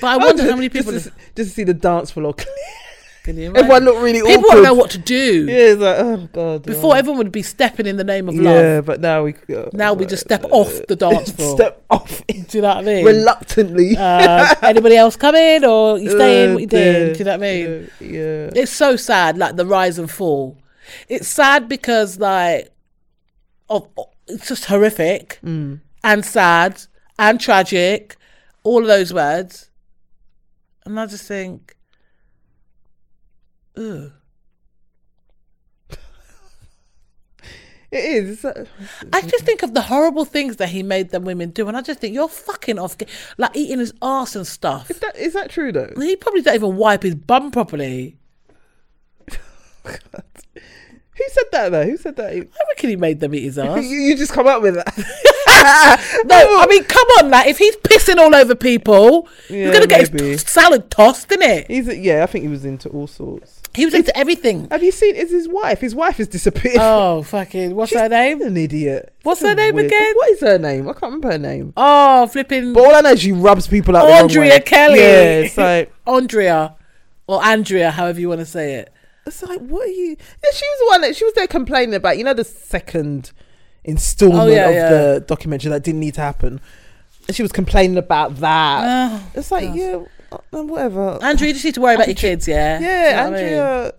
S1: But I wonder
S2: just-
S1: how many people...
S2: just to, s- just to see the dance floor.
S1: can you imagine?
S2: Everyone looked really
S1: People
S2: awkward.
S1: wouldn't know what to do.
S2: Yeah, it's like oh god.
S1: Before,
S2: oh.
S1: everyone would be stepping in the name of
S2: yeah,
S1: love.
S2: but now we uh,
S1: Now we
S2: uh,
S1: just step off the dance floor.
S2: step off
S1: Do you know what I mean?
S2: reluctantly.
S1: uh, anybody else coming or you staying?
S2: Uh,
S1: What you doing?
S2: yeah,
S1: Do you know what I mean?
S2: Yeah. yeah.
S1: It's so sad, like the rise and fall. It's sad because like, of it's just horrific and sad and tragic, all of those words. And I just think, ugh.
S2: It is. It's like-
S1: I just think of the horrible things that he made them women do, and I just think you're fucking off, ga- like eating his ass and stuff.
S2: Is that, is that true though?
S1: He probably don't even wipe his bum properly.
S2: Who said that though? Who said that? You,
S1: I reckon he made them eat his ass.
S2: you just come up with that.
S1: No, I mean, come on, like if he's pissing all over people, you're
S2: Yeah,
S1: gonna get
S2: maybe.
S1: his t- salad tossed, innit?
S2: He's yeah. I think he was into all sorts.
S1: He was into everything.
S2: Have you seen? Is his wife? His wife has disappeared.
S1: Oh fucking, what's
S2: She's
S1: her name?
S2: an idiot.
S1: What's
S2: Such
S1: her
S2: a
S1: name again?
S2: What is her name? I can't remember her name.
S1: Oh, flipping
S2: But all I know is she rubs people out. the wrong
S1: Andrea
S2: way.
S1: Kelly.
S2: Yeah, it's like
S1: Andrea, or Andrea, however you want to say it.
S2: it's like what are you? Yeah, she was the one that she was there complaining about. You know the second installment
S1: Oh, yeah,
S2: of
S1: yeah.
S2: the documentary that didn't need to happen. And she was complaining about that.
S1: Oh,
S2: it's like
S1: God.
S2: yeah, uh, whatever.
S1: Andrea, you just need to worry about your kids, yeah.
S2: yeah,
S1: Ah, You know what I mean?
S2: Andrea.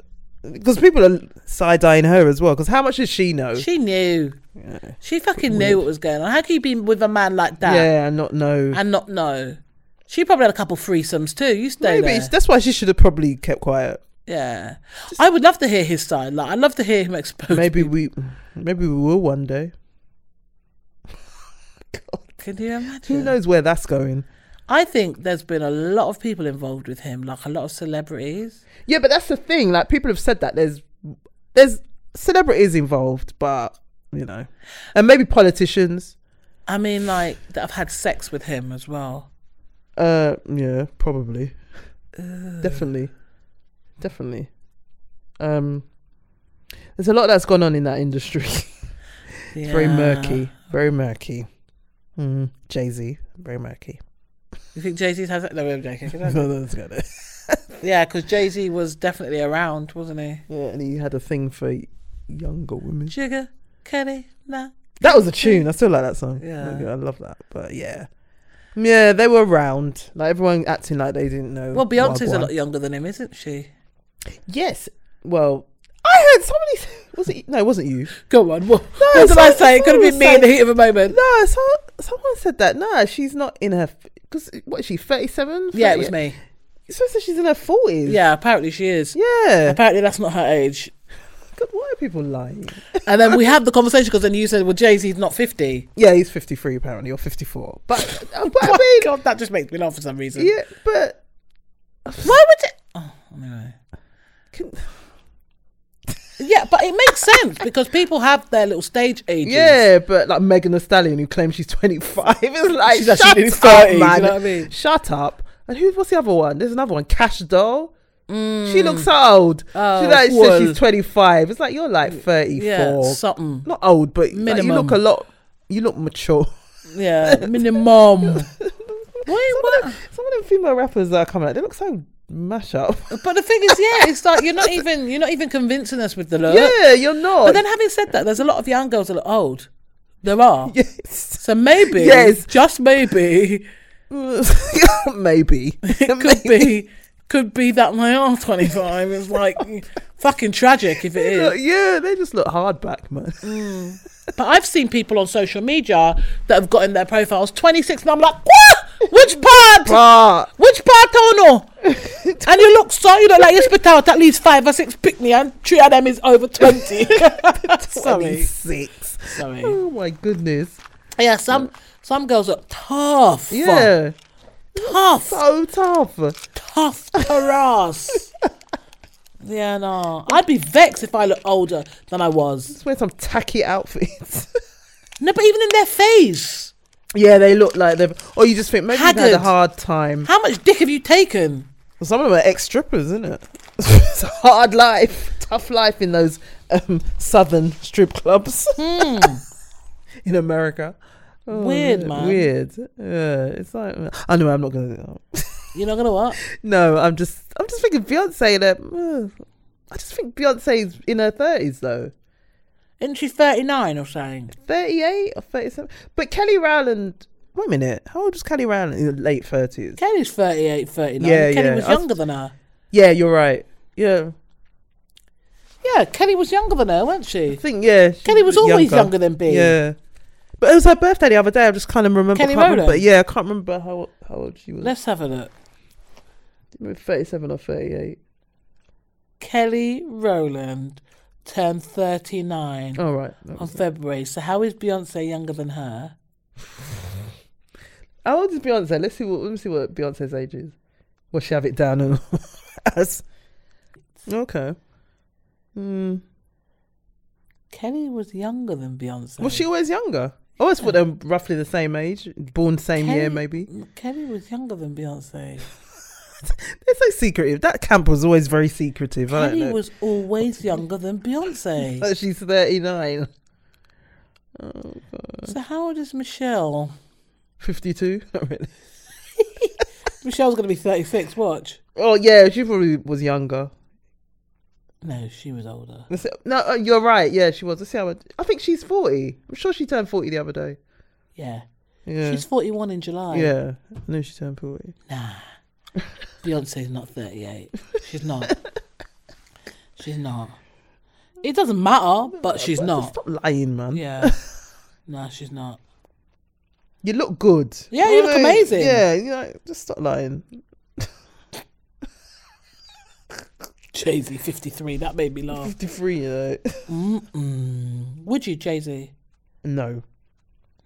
S2: Because people are side eyeing her as well. Because how much does she know?
S1: She knew.
S2: Yeah.
S1: She fucking knew what was going on. How can you be with a man like that
S2: yeah, and not know.
S1: and not know? She probably had a couple threesomes too. You stay
S2: Maybe
S1: there.
S2: it's- that's why she should have probably kept quiet.
S1: Yeah, I would love to hear his side. Like, I'd love to hear him expose.
S2: Maybe we, maybe we will one day. God,
S1: Can you imagine?
S2: who knows where that's going?
S1: I think there's been a lot of people involved with him, like a lot of celebrities.
S2: Yeah, but that's the thing. Like people have said that there's there's celebrities involved, but you know, and maybe politicians.
S1: I mean, like that have had sex with him as well.
S2: Uh, yeah, probably, definitely, definitely. Um, there's a lot that's gone on in that industry. It's very
S1: Yeah.
S2: murky, very murky. Mm, Jay Z, very murky.
S1: You think Jay Z has? No, I'm joking.
S2: No, no, it's got it.
S1: yeah, because Jay Z was definitely around, wasn't he?
S2: Yeah, and he had a thing for younger women.
S1: Jigger, Kelly, nah.
S2: That was a tune. I still like that song.
S1: Yeah.
S2: I love that. But yeah, yeah, they were around. Like everyone acting like they didn't know.
S1: Well, Beyonce's a
S2: Wagwan.
S1: lot younger than him, isn't she?
S2: Yes. Well, I heard somebody. Was it? No, it wasn't you.
S1: Go on. What,
S2: No,
S1: what did I
S2: someone-
S1: say? It could have been
S2: someone
S1: me in the
S2: said-
S1: heat of a moment.
S2: No, so, someone said that. Nah, she's not in her. Because what is she? Thirty-seven.
S1: Yeah, it was me.
S2: So said she's in her forties.
S1: Yeah, apparently she is.
S2: Yeah.
S1: Apparently that's not her age.
S2: God, why are people lying?
S1: And then we have the conversation because then you said, "Well, Jay Z's not 50.
S2: Yeah, he's fifty-three apparently, or fifty-four. But, uh, but I
S1: My
S2: mean,
S1: God, that just makes me laugh for some reason.
S2: yeah, but
S1: Why would it? Oh, anyway.
S2: can,
S1: Yeah, but it makes sense because people have their little stage ages.
S2: Yeah, but like Megan Thee Stallion, who claims she's 25, is like,
S1: She's
S2: shut
S1: actually
S2: up,
S1: nearly 30,
S2: man.
S1: you know what I mean?
S2: Shut up. And who? What's the other one? There's another one, Cash Doll. She looks old.
S1: Mm. Oh,
S2: she like, says
S1: well.
S2: she's 25. It's like you're like 34.
S1: yeah, something.
S2: Not old, but like, you
S1: Minimum.
S2: look a lot. You look mature.
S1: Yeah, minimum.
S2: some,
S1: what?
S2: Of them, some of them female rappers that are coming out, they look so mash up.
S1: But the thing is, yeah, it's like you're not even you're not even convincing us with the look.
S2: yeah, you're not.
S1: But then, having said that, there's a lot of young girls that look old. There are.
S2: yes.
S1: So maybe,
S2: Yes.
S1: just maybe,
S2: Maybe.
S1: it could be could be that my R twenty five is like fucking tragic if it
S2: They
S1: is.
S2: look- yeah, they just look hard back, man.
S1: Mm. But I've seen people on social media that have got in their profiles 26, and I'm like, what? Which part?
S2: But
S1: Which part, Tono? And you look so, you know, like you spit out at least five or six picnic, and three of them is over 20. Sorry.
S2: Six.
S1: Sorry.
S2: Oh my goodness.
S1: Yeah, some some girls are tough.
S2: Yeah.
S1: Tough.
S2: So tough.
S1: Tough harass. yeah, no. I'd be vexed if I looked older than I was.
S2: Just wear some tacky outfits.
S1: No, but even in their face.
S2: yeah, they look like they've. Or you just think maybe they've had a
S1: Haggard.
S2: hard time.
S1: How much dick have you taken?
S2: Well, some of them are ex strippers, isn't it? it's a hard life, tough life in those um, southern strip clubs
S1: Hmm.
S2: in America. Oh,
S1: Weird,
S2: yeah,
S1: man.
S2: Weird. Yeah, it's like I know I'm not gonna. do that.
S1: You're not gonna what?
S2: No, I'm just. I'm just thinking Beyonce. That uh, I just think Beyonce's in her thirties though,
S1: Isn't she 39 or something?
S2: thirty-eight or thirty-seven. But Kelly Rowland. Wait a minute. How old was Kelly Rowland? In the late thirties.
S1: Kelly's 38, 39.
S2: Yeah,
S1: Kelly
S2: yeah.
S1: was
S2: I was-
S1: younger than her.
S2: Yeah, you're right. Yeah,
S1: Yeah, Kelly was younger than her, wasn't
S2: I
S1: she?
S2: think yeah. she
S1: Kelly
S2: was
S1: was always
S2: younger.
S1: younger than B.
S2: Yeah. But it was her birthday the other day. I just kind of remember.
S1: Kelly
S2: I can't remember-
S1: Rowland?
S2: yeah, I can't remember how how old she was.
S1: Let's have a look.
S2: Maybe Thirty-seven or thirty-eight.
S1: Kelly Rowland turned 39
S2: All right.
S1: on February. So how is Beyonce younger than her?
S2: How old is Beyonce? Let's see. What, let me see what Beyonce's age is. We'll shove it down and as. Okay. Hmm.
S1: Kelly was younger than Beyonce.
S2: Was she always younger? I always thought them roughly the same age, born same year
S1: Kelly-
S2: maybe.
S1: Kelly was younger than Beyonce.
S2: They're so secretive. That camp was always very secretive. I don't
S1: Kelly
S2: know.
S1: was always younger than Beyonce.
S2: But she's thirty-nine. Oh,
S1: so how old is Michelle?
S2: 52? Not really.
S1: Michelle's going to be 36. Watch.
S2: Oh yeah, she probably was younger.
S1: No, she was older.
S2: Let's see- No, uh, you're right. Yeah, she was. Let's see how. much- I think she's forty. I'm sure she turned forty the other day.
S1: Yeah.
S2: Yeah,
S1: She's 41 in July.
S2: yeah. I knew she turned forty.
S1: Nah. Beyonce's not 38. She's not. she's not. It doesn't matter, but she's not.
S2: Stop lying, man.
S1: Yeah. No, she's not.
S2: You look good.
S1: Yeah, you look
S2: Like,
S1: amazing.
S2: Yeah, you know, just stop lying.
S1: Jay Z 53. That made me laugh.
S2: Fifty-three, you know.
S1: Mm-mm. Would you, Jay Z?
S2: no.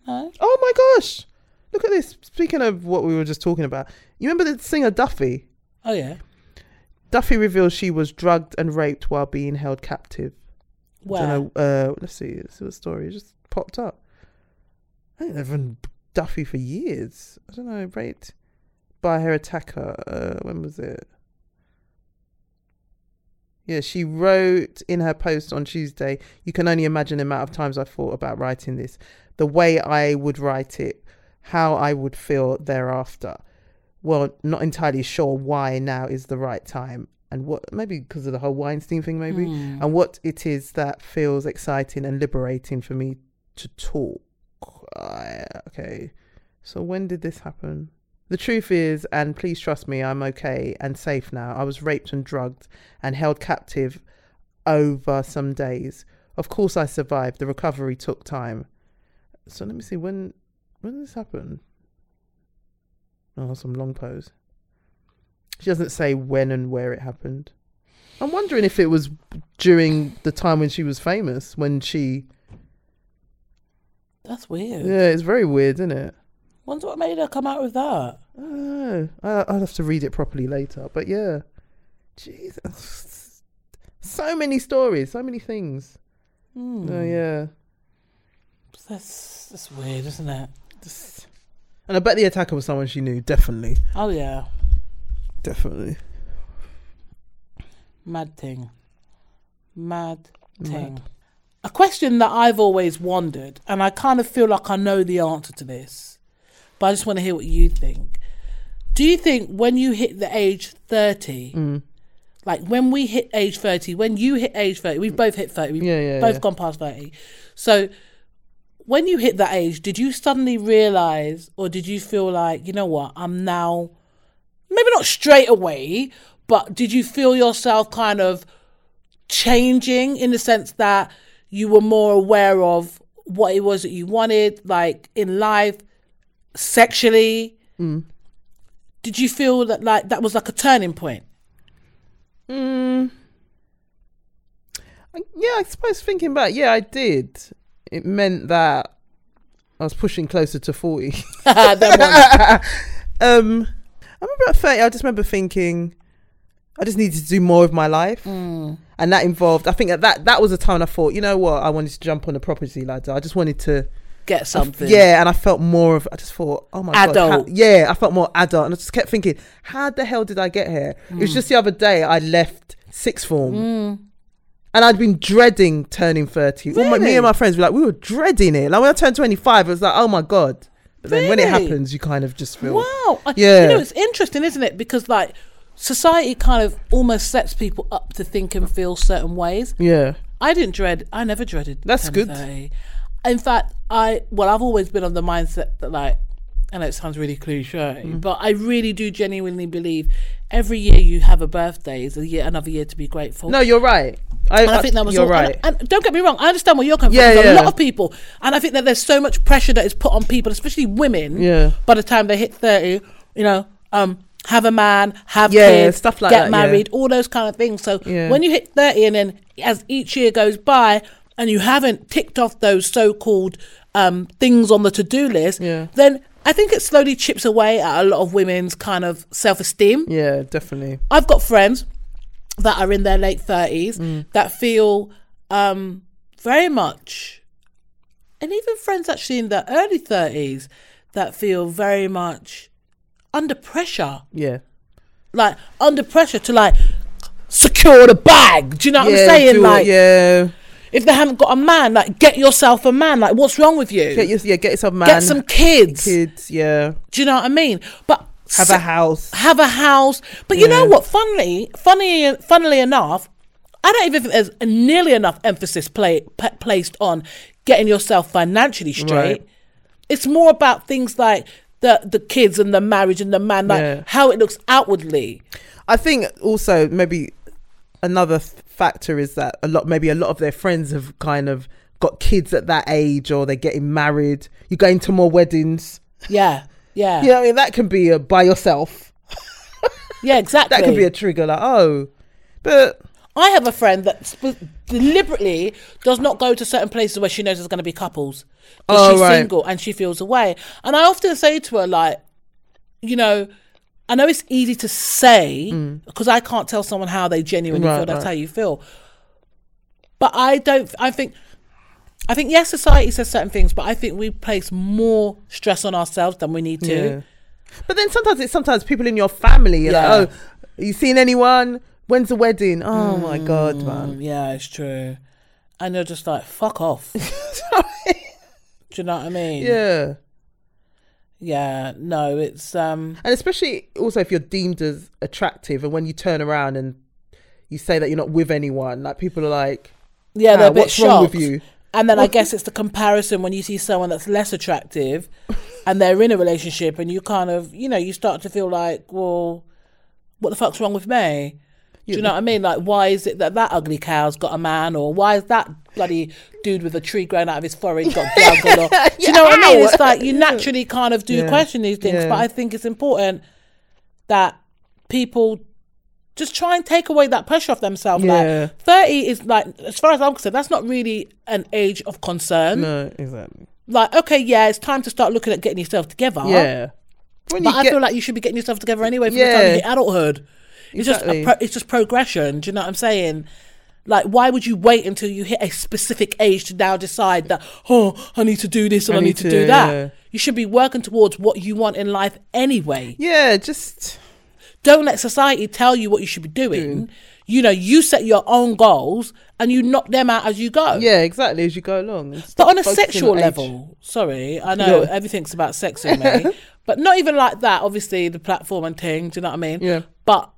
S1: No.
S2: Oh my gosh! Look at this. Speaking of what we were just talking about, you remember the singer Duffy?
S1: Oh, yeah.
S2: Duffy reveals she was drugged and raped while being held captive.
S1: Wow.
S2: Don't know, uh, let's see. Let's see what story it just popped up. I think they've been Duffy for years. I don't know. Raped by her attacker. Uh, when was it? Yeah, she wrote in her post on Tuesday. You can only imagine the amount of times I thought about writing this, the way I would write it, how I would feel thereafter. Well, not entirely sure why now is the right time, and what maybe because of the whole Weinstein thing, maybe
S1: Mm.
S2: and what it is that feels exciting and liberating for me to talk. I- okay, so when did this happen? The truth is, and please trust me, I'm okay and safe now. I was raped and drugged and held captive over some days. Of course, I survived. The recovery took time. So let me see when when did this happen. Oh, some long pose. She doesn't say when and where it happened. I'm wondering if it was during the time when she was famous, when she
S1: That's weird.
S2: yeah, it's very weird, isn't it?
S1: Wonder what made her come out with that.
S2: I don't know. I- I'll have to read it properly later, but yeah, Jesus, so many stories, so many things.
S1: Mm.
S2: Oh yeah,
S1: That's, that's weird, isn't it?
S2: Just- and I bet the attacker was someone she knew, definitely,
S1: Oh, yeah.
S2: definitely.
S1: Mad thing. Mad thing. A question that I've always wondered, and I kind of feel like I know the answer to this, but I just want to hear what you think. Do you think when you hit the age 30,
S2: Mm.
S1: like when we hit age 30, when you hit age 30, we've both hit 30, we've
S2: Yeah, yeah,
S1: both
S2: yeah.
S1: gone past 30. So when you hit that age, did you suddenly realize, or did you feel like, you know what, I'm now maybe not straight away, but did you feel yourself kind of changing in the sense that you were more aware of what it was that you wanted, like in life,
S2: Mm.
S1: sexually? Did you feel that like that was like a turning point?
S2: Mm. I- Yeah, I suppose thinking back, yeah, I did. It meant that I was pushing closer to 40.
S1: That one.
S2: um, I remember at 30, I just remember thinking, I just needed to do more of my life.
S1: Mm.
S2: And that involved, I think at that that was a time I thought, you know what, I wanted to jump on the property ladder. I just wanted to
S1: Get something.
S2: Yeah, and I felt more of. I just thought, oh my god, how-
S1: Adult.
S2: yeah, I felt more adult, and I just kept thinking, how the hell did I get here? It
S1: Mm.
S2: was just the other day I left sixth form, and I'd been dreading turning thirty. All my, me
S1: Really?
S2: and my friends were like, we were dreading it. Like when I turned twenty five, it was like, oh my god. But then when it
S1: Really?
S2: happens, you kind of just feel.
S1: Wow. I-
S2: Yeah.
S1: You know, it's interesting, isn't it? Because like society kind of almost sets people up to think and feel certain ways.
S2: Yeah,
S1: I didn't dread. I never dreaded.
S2: That's good.
S1: 10:30. In fact, I well, I've always been of the mindset that like, I know it sounds really cliche,
S2: Mm-hmm.
S1: but I really do genuinely believe every year you have a birthday is a year, another year to be grateful.
S2: no, you're right. I,
S1: And I think that was
S2: you're
S1: all
S2: right.
S1: And, and don't get me wrong, I understand where you're coming
S2: Yeah,
S1: from. There's
S2: yeah.
S1: A lot of people, and I think that there's so much pressure that is put on people, especially women.
S2: Yeah.
S1: By the time they hit thirty, you know, um, have a man, have
S2: Yeah,
S1: kids,
S2: stuff like
S1: get
S2: that, yeah.
S1: married, all those kind of things. So
S2: Yeah.
S1: when you hit thirty, and then as each year goes by, and you haven't ticked off those so-called um, things on the to-do list,
S2: Yeah.
S1: then I think it slowly chips away at a lot of women's kind of self-esteem.
S2: yeah, definitely.
S1: I've got friends that are in their late thirties
S2: Mm.
S1: that feel um, very much, and even friends actually in their early thirties that feel very much under pressure,
S2: Yeah,
S1: like under pressure to like secure the bag. Do you know what
S2: yeah,
S1: I'm
S2: do
S1: saying?
S2: it,
S1: Like
S2: yeah,
S1: if they haven't got a man, like get yourself a man. Like what's wrong with you?
S2: get your, yeah, get yourself man,
S1: Get some kids.
S2: kids, yeah,
S1: Do you know what I mean? But
S2: have
S1: so-
S2: a house.
S1: have a house. But you know
S2: Yeah.
S1: what? Funnily, funny, funnily enough, I don't even think there's nearly enough emphasis play, p- placed on getting yourself financially straight.
S2: Right.
S1: It's more about things like the the kids and the marriage and the man, like
S2: Yeah.
S1: how it looks outwardly.
S2: I think also maybe another th- factor is that a lot maybe a lot of their friends have kind of got kids at that age or they're getting married. You're going to more weddings.
S1: Yeah, yeah,
S2: You know, what I mean? that can be a, by yourself.
S1: yeah, exactly.
S2: That could be a trigger, like oh, but
S1: I have a friend that sp- deliberately does not go to certain places where she knows there's going to be couples. 'Cause
S2: Oh,
S1: she's
S2: right.
S1: single and she feels away. And I often say to her, like, you know, I know it's easy to say because I can't tell someone how they genuinely
S2: Mm. Right,
S1: feel. That's
S2: right.
S1: how you feel. But I don't. I think. I think yes, society says certain things, but I think we place more stress on ourselves than we need to.
S2: yeah. But then sometimes it's sometimes people in your family. You're
S1: Yeah.
S2: like, oh, you seen anyone? When's the wedding? Oh my god,
S1: Mm.
S2: man.
S1: Yeah, it's true. And you're just like, fuck off. Do you know what I mean?
S2: yeah.
S1: Yeah, no, it's um
S2: And especially also if you're deemed as attractive and when you turn around and you say that you're not with anyone, like people are like,
S1: yeah, they're
S2: "Ah,
S1: a bit
S2: what's wrong with
S1: shocked.
S2: you?
S1: And then I guess it's the comparison when you see someone that's less attractive and they're in a relationship and you kind of, you know, you start to feel like, well, what the fuck's wrong with me? Do you know what I mean? Like, why is it that that ugly cow's got a man, or why is that bloody dude with a tree growing out of his forehead got juggled? Or, do you know what I mean? It's like you naturally kind of do
S2: Yeah.
S1: question these things,
S2: Yeah.
S1: but I think it's important that people just try and take away that pressure off themselves.
S2: Yeah.
S1: Like, thirty is like, as far as I'm concerned, that's not really an age of concern.
S2: No, exactly.
S1: Like, okay, yeah, it's time to start looking at getting yourself together.
S2: Yeah. When
S1: But
S2: you
S1: I
S2: get,
S1: feel like you should be getting yourself together anyway from the time
S2: Yeah.
S1: you hit adulthood. It's
S2: Exactly.
S1: just a pro- it's just progression. Do you know what I'm saying? Like, why would you wait until you hit a specific age to now decide that oh, I need to do this and I, need, to, do that?
S2: yeah.
S1: You should be working towards what you want in life anyway.
S2: yeah, just
S1: Don't let society tell you what you should be doing. You know, you set your own goals and you knock them out as you go.
S2: yeah, exactly as you go along. And
S1: But
S2: stop
S1: on a
S2: focusing
S1: sexual
S2: on age.
S1: level, sorry, I know
S2: Yeah.
S1: everything's about sex with me, but not even like that. Obviously, the platform and thing. Do you know what I mean?
S2: Yeah.
S1: But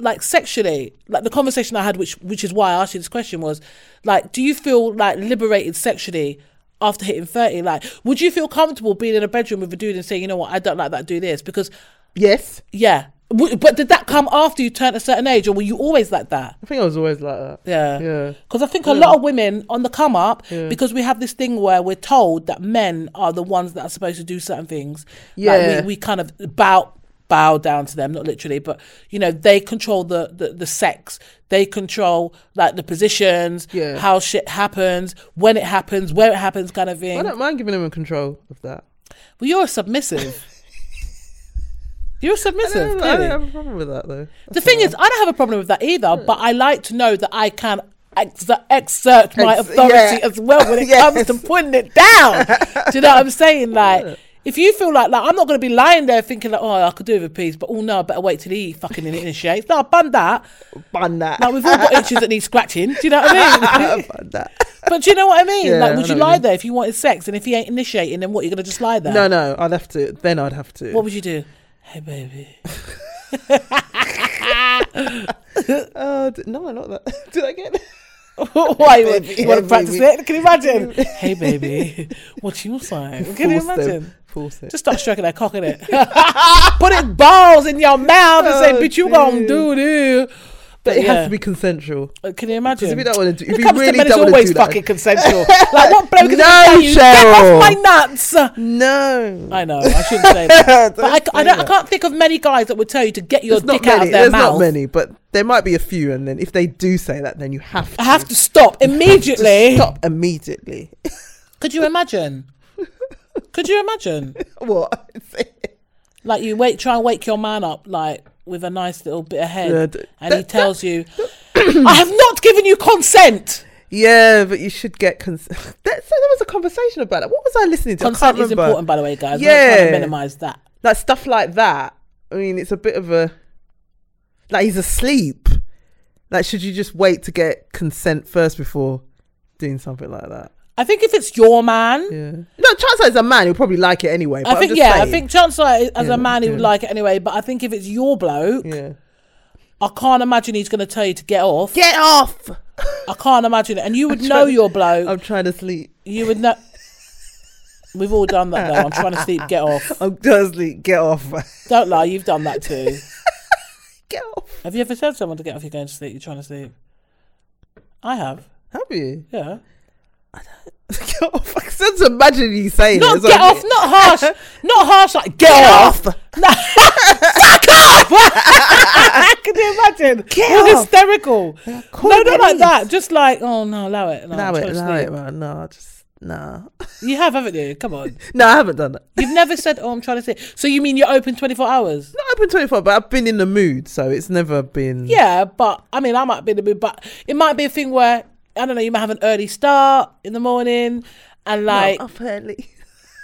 S1: like sexually, like the conversation I had, which which is why I asked you this question, was like, do you feel like liberated sexually after hitting thirty? Like, would you feel comfortable being in a bedroom with a dude and saying, you know what, I don't like that, do this? Because
S2: Yes.
S1: yeah, w- but did that come after you turned a certain age, or were you always like that?
S2: I think I was always like that.
S1: Yeah.
S2: Yeah.
S1: Because I think a lot of women on the come up, because we have this thing where we're told that men are the ones that are supposed to do certain things. Like
S2: Yeah.
S1: we, we kind of bow bow down to them, not literally, but you know, they control the the, the sex. They control like the positions,
S2: Yeah.
S1: how shit happens, when it happens, where it happens, kind of thing.
S2: I don't mind giving them control of that.
S1: Well, you're submissive. you're
S2: I
S1: submissive.
S2: don't, I don't
S1: Clearly.
S2: have a problem with that though.
S1: The thing is, I don't have a problem with that either, but I like to know that I can ex- exert my
S2: Ex-
S1: authority
S2: yeah.
S1: as well when it
S2: Yes.
S1: comes to putting it down. Do you know what I'm saying? Like, if you feel like, like I'm not going to be lying there thinking, like, oh, I could do with a piece, but oh no, I better wait till he fucking initiates. No, bun that.
S2: Ban that.
S1: Like, we've all got itches that need scratching. Do you know what I mean?
S2: Ban that.
S1: but do you know what I mean?
S2: Yeah,
S1: like, would
S2: I know
S1: you
S2: what you
S1: lie
S2: mean.
S1: there if you wanted sex? And if he ain't initiating, then what? You're going to just lie there?
S2: No, no, I'd have to. Then I'd have to.
S1: What would you do? Hey, baby.
S2: Uh, d- no, not that. Did I get?
S1: Why you want,
S2: Baby,
S1: you want to
S2: yeah,
S1: practice
S2: baby.
S1: it? Can you imagine? hey, baby, what you saying? Can you
S2: Force them.
S1: imagine?
S2: Force it.
S1: Just start stroking that cock in it. Put it balls in your mouth and say,
S2: Oh,
S1: "Bitch, you gonna
S2: dude.
S1: do this?"
S2: But it
S1: yeah.
S2: has to be consensual.
S1: Uh, Can you
S2: Because
S1: imagine?
S2: if you don't want to do,
S1: when
S2: if
S1: it
S2: you
S1: comes to
S2: really
S1: men, it's
S2: don't want
S1: always
S2: to do that,
S1: fucking consensual. like what bloke is
S2: No,
S1: gonna tell you? Get
S2: Cheryl.
S1: off my nuts!
S2: no.
S1: I know I shouldn't say that, but I, c- I don't, I can't think of many guys that would tell you to get your
S2: There's not
S1: dick out
S2: many.
S1: of their
S2: There's
S1: mouth.
S2: not many, but there might be a few. And then if they do say that, then you have to.
S1: I have to stop
S2: Just
S1: immediately.
S2: stop immediately.
S1: Could you imagine? Could you imagine?
S2: what?
S1: Like you wait, try and wake your man up, like with a nice little bit of head,
S2: Yeah, d-
S1: and he tells you, "I have not given you consent."
S2: Yeah, but you should get consent. so there was a conversation about that. What was I listening to? I
S1: Consent
S2: can't
S1: is
S2: remember.
S1: important, by the way, guys. Yeah, trying to
S2: Yeah.
S1: minimize that.
S2: Like stuff like that. I mean, it's a bit of a like he's asleep. Like, should you just wait to get consent first before doing something like that?
S1: I think if it's your man,
S2: Yeah. No, chances are, as a man, he'll probably like it anyway. But
S1: I think
S2: am just
S1: yeah,
S2: saying.
S1: I think chance like, as
S2: Yeah,
S1: a man he would
S2: yeah.
S1: like it anyway. But I think if it's your bloke,
S2: Yeah.
S1: I can't imagine he's going to tell you to get off.
S2: Get off!
S1: I can't imagine it, and you would
S2: I'm
S1: know
S2: trying-
S1: your bloke.
S2: I'm trying to sleep.
S1: you would know. We've all done that though. I'm trying to sleep. Get off.
S2: I'm trying to sleep. Get off.
S1: Don't lie. You've done that too.
S2: get off.
S1: Have you ever told someone to get off? You're going to sleep. You're trying to sleep. I have.
S2: Have you?
S1: Yeah.
S2: Get off. I can just imagine you saying
S1: Not
S2: it. It's
S1: get
S2: like-
S1: off. Not harsh. Not harsh. Like get,
S2: Get
S1: off.
S2: off!
S1: No. Fuck off. Can you imagine?
S2: Get
S1: All
S2: off.
S1: hysterical.
S2: Call
S1: no,
S2: it
S1: not
S2: what
S1: like
S2: it
S1: that. Just like oh no, allow it. No,
S2: Allow
S1: I'm
S2: it,
S1: trying to
S2: allow
S1: sleep.
S2: it, man. No, just no.
S1: You have, haven't you? Come on.
S2: No, I haven't done that.
S1: You've never said oh I'm trying to sleep. So you mean you're open 24 hours?
S2: Not open twenty four, but I've been in the mood, so it's never been.
S1: Yeah, but I mean I might be in the mood, but it might be a thing where I don't know. You might have an early start in the morning, and
S2: No,
S1: like.
S2: up early.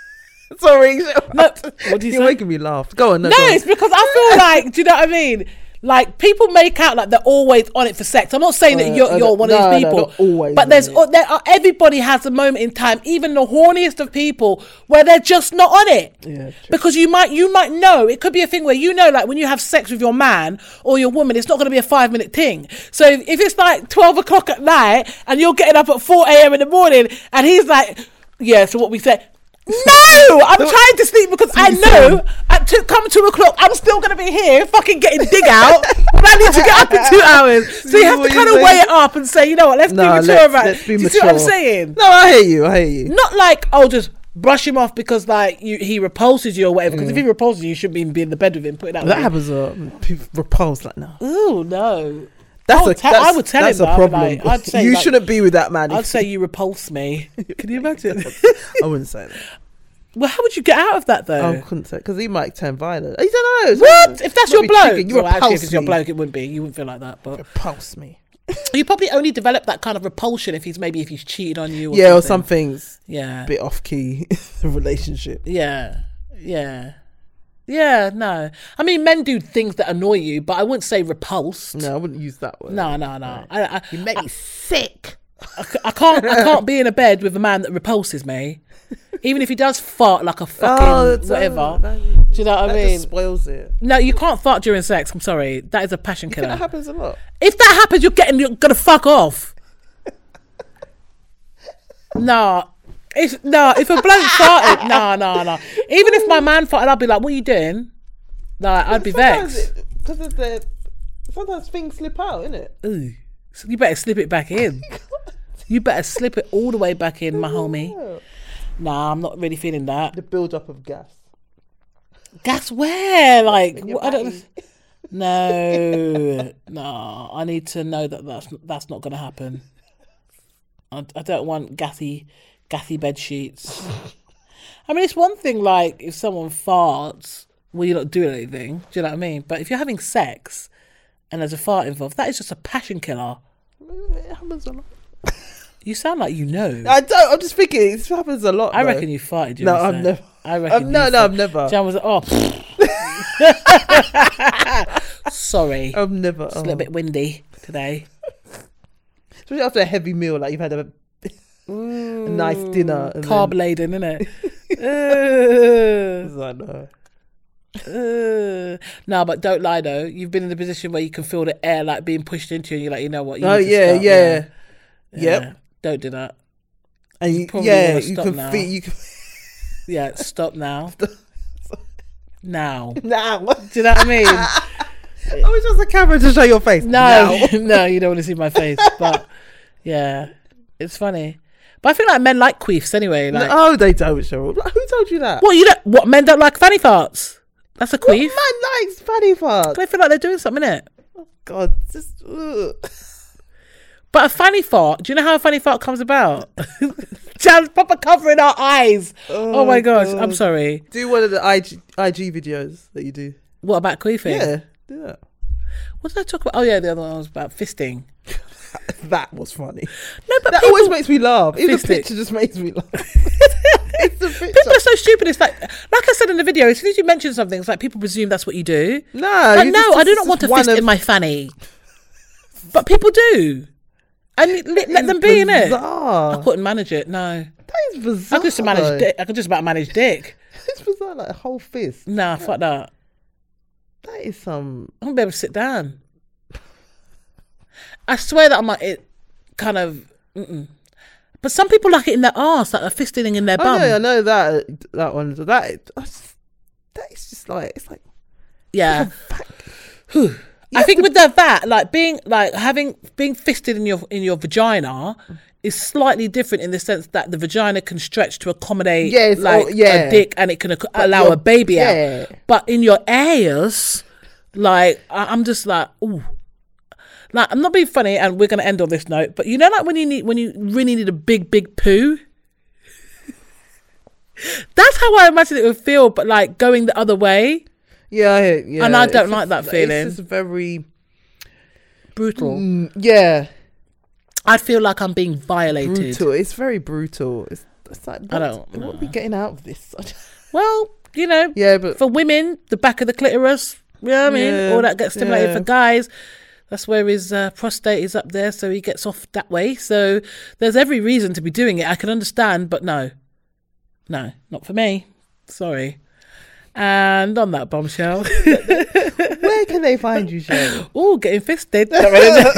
S2: Sorry,
S1: No, what do you
S2: you're
S1: say?
S2: making me laugh. Go on, no,
S1: No,
S2: go on.
S1: it's because I feel like, do you know what I mean? Like people make out like they're always on it for sex. I'm not saying
S2: Uh,
S1: that you're,
S2: I
S1: you're
S2: don't-
S1: one
S2: no,
S1: of
S2: no,
S1: these people,
S2: not always
S1: but
S2: on
S1: there's
S2: it.
S1: al- there are, everybody has a moment in time, even the horniest of people, where they're just not on it.
S2: Yeah, true.
S1: because you might you might know it could be a thing where you know like when you have sex with your man or your woman, it's not going to be a five minute thing. So if, if it's like twelve o'clock at night and you're getting up at four a.m. in the morning and he's like, yeah, so what we say. No, I'm trying to sleep because I
S2: you
S1: know at two, come two o'clock, I'm still going to be here fucking getting dig out. but I need to get up in two hours. So you
S2: See
S1: have to
S2: what
S1: kind
S2: you're
S1: of
S2: saying?
S1: weigh it up and say, you know what, let's
S2: No,
S1: be mature
S2: let's-
S1: about it.
S2: let's be
S1: Do you see what I'm
S2: mature.
S1: saying?
S2: No, I hear you. I hear you.
S1: Not like, oh, just brush him off because like you, he repulses you or whatever. Because if he repulses you, you shouldn't even be in the bed with him. Put it out.
S2: That happens. Uh, people repulse like no.
S1: Ooh, no.
S2: That's
S1: I would
S2: a
S1: tell- I
S2: that's,
S1: would tell
S2: that's
S1: him that,
S2: a
S1: I'd be
S2: problem.
S1: like- I'd say,
S2: you
S1: like-
S2: shouldn't be with that man.
S1: I'd
S2: If,
S1: say you repulse me. Can you imagine?
S2: I wouldn't say that.
S1: well, how would you get out of that
S2: I
S1: though?
S2: couldn't say because he might turn violent. I don't know. it's-
S1: What if that's
S2: might
S1: your
S2: be
S1: bloke?
S2: triggered. You
S1: well, actually, if
S2: repulse
S1: it's your
S2: me.
S1: bloke, it wouldn't be. You wouldn't feel like that, but
S2: Repulse me.
S1: you probably only develop that kind of repulsion if he's maybe if he's cheated on you. Or
S2: yeah, or
S1: something.
S2: something's
S1: Yeah.
S2: a bit off key. the relationship.
S1: Yeah, yeah, yeah. No, I mean, men do things that annoy you, but I wouldn't say repulsed.
S2: No, I wouldn't use that word.
S1: No, no, no. I, I,
S2: you make me sick.
S1: I, c- I can't. I can't be in a bed with a man that repulses me, even if he does fart
S2: Oh,
S1: like a fucking whatever. do you know what I
S2: um, that
S1: mean?
S2: just spoils it.
S1: No, you can't fart during sex. I'm sorry. That is a passion
S2: That
S1: killer.
S2: happens a lot.
S1: If that happens, you're getting. You're gonna fuck off. no. If no, if a bloke farted, no, no, no. Even if my man farted, I'd be like, "What are you doing?" Like, I'd be vexed.
S2: because of the sometimes things slip out, innit?
S1: Ooh, so you better slip it back in. you better slip it all the way back in, my homie.
S2: Yeah.
S1: Nah, I'm not really feeling that.
S2: The build up of gas.
S1: That's where, like, wh- I don't. No, no. I need to know that that's that's not going to happen. I, I don't want gathy, gathy bed sheets. I mean, it's one thing like if someone farts, well, you're not doing anything. Do you know what I mean? But if you're having sex and there's a fart involved, that is just a passion killer.
S2: It happens a lot.
S1: You sound like you know. I,
S2: I don't. I'm just thinking. It happens a lot. though.
S1: reckon you farted.
S2: No, I've
S1: yourself.
S2: never-
S1: I reckon.
S2: Um, no,
S1: you
S2: no,
S1: farted.
S2: I've never.
S1: Jan was like, oh. Sorry.
S2: I've never.
S1: It's a
S2: oh.
S1: little bit windy today.
S2: Especially after a heavy meal, like you've had a, a nice dinner. And
S1: Mm, Carb laden, isn't it?
S2: Then, it's like, no.
S1: Uh, no, but don't lie though. You've been in the position where you can feel the air like being pushed into you, and you're like, you know what? You
S2: Oh
S1: need to
S2: yeah,
S1: stop.
S2: yeah, Yep.
S1: Yeah. Don't do that.
S2: And you,
S1: probably
S2: yeah,
S1: wanna
S2: you
S1: stop
S2: can
S1: now.
S2: feel you can,
S1: Yeah, stop now. now.
S2: now.
S1: Do you know what I mean?
S2: Oh, it's just a camera to show your face.
S1: No, no, you don't want to see my face. But yeah, it's funny. But I feel like men like queefs anyway.
S2: No,
S1: Like,
S2: oh, they don't, Cheryl. Like, Who told you that?
S1: what you don't? What men don't like fanny farts? That's a queef.
S2: Man likes fanny farts.
S1: They feel like they're doing something in it.
S2: God, just ugh.
S1: But a fanny fart. Do you know how a fanny fart comes about? Jan's proper covering our eyes. Oh, my gosh, I'm
S2: God.
S1: sorry.
S2: do one of the IG, IG videos that you do.
S1: What about queefing?
S2: Yeah, do that.
S1: What did I talk about? Oh yeah, the other one was about fisting.
S2: That was funny.
S1: No, but
S2: That
S1: people,
S2: always makes me laugh. Even the
S1: Fist it.
S2: picture just makes me laugh. it's the
S1: people
S2: picture.
S1: are so stupid. It's like, like I said in the video, as soon as you mention something, it's like people presume that's what you do.
S2: No,
S1: Like,
S2: you
S1: no,
S2: just-
S1: I do
S2: this
S1: not
S2: is
S1: want to
S2: one
S1: fist
S2: of-
S1: in my fanny. But people do. And let, let
S2: It's
S1: them be in it. I
S2: Bizarre.
S1: couldn't manage it. No,
S2: That is
S1: I
S2: bizarre.
S1: could just manage dick. I could just about manage dick.
S2: It's bizarre, like a whole fist.
S1: Nah, fuck that.
S2: That is some.
S1: I won't be able to sit down. I swear that I might. It kind of. Mm-mm. But some people like it in their arse, like a fisting in their
S2: I
S1: bum.
S2: know, I know that that one. That I just, that is just like it's like
S1: Yeah.
S2: fuck.
S1: Whew. I think with the that, like being like having being fisted in your in your vagina is slightly different in the sense that the vagina can stretch to accommodate
S2: Yes, oh,
S1: like
S2: yeah.
S1: a dick and it can ac- allow
S2: your-
S1: a baby
S2: yeah.
S1: out. But in your ears, like I, I'm just like, ooh. Like I'm not being funny and we're gonna end on this note, but you know like when you need when you really need a big, big poo? That's how I imagine it would feel, but like going the other way.
S2: yeah, I- yeah.
S1: And I don't
S2: it's
S1: like that
S2: just-
S1: feeling.
S2: It's just very
S1: Brutal.
S2: mm, yeah
S1: I feel like I'm being violated.
S2: brutal. It's very brutal. It's, it's like what,
S1: I don't
S2: What are we getting out of this? I don't-
S1: Well, you know,
S2: yeah, but
S1: for women, the back of the clitoris, you know what I mean?
S2: Yeah,
S1: All that gets stimulated
S2: yeah.
S1: for guys. That's where his uh, prostate is up there, so he gets off that way. So there's every reason to be doing it. I can understand, but no. No, not for me. Sorry. And on that bombshell,
S2: where can they find you, Cheryl?
S1: oh, getting fisted.
S2: the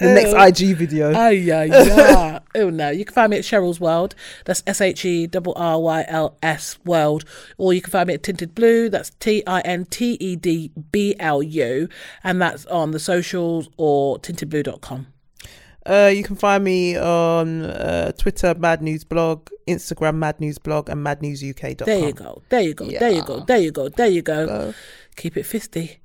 S2: next IG video.
S1: Oh yeah, yeah. oh no, you can find me at Cheryl's World. That's S H E R R Y L S World, or you can find me at Tinted Blue. That's T I N T E D B L U, and that's on the socials or tintedblue.com.
S2: Uh, you can find me on uh, Twitter, Mad News Blog, Instagram, Mad News Blog, and madnewsuk.com.
S1: There you go. There you go. There you go. There you go. There you go.
S2: Go.
S1: Keep it fisty.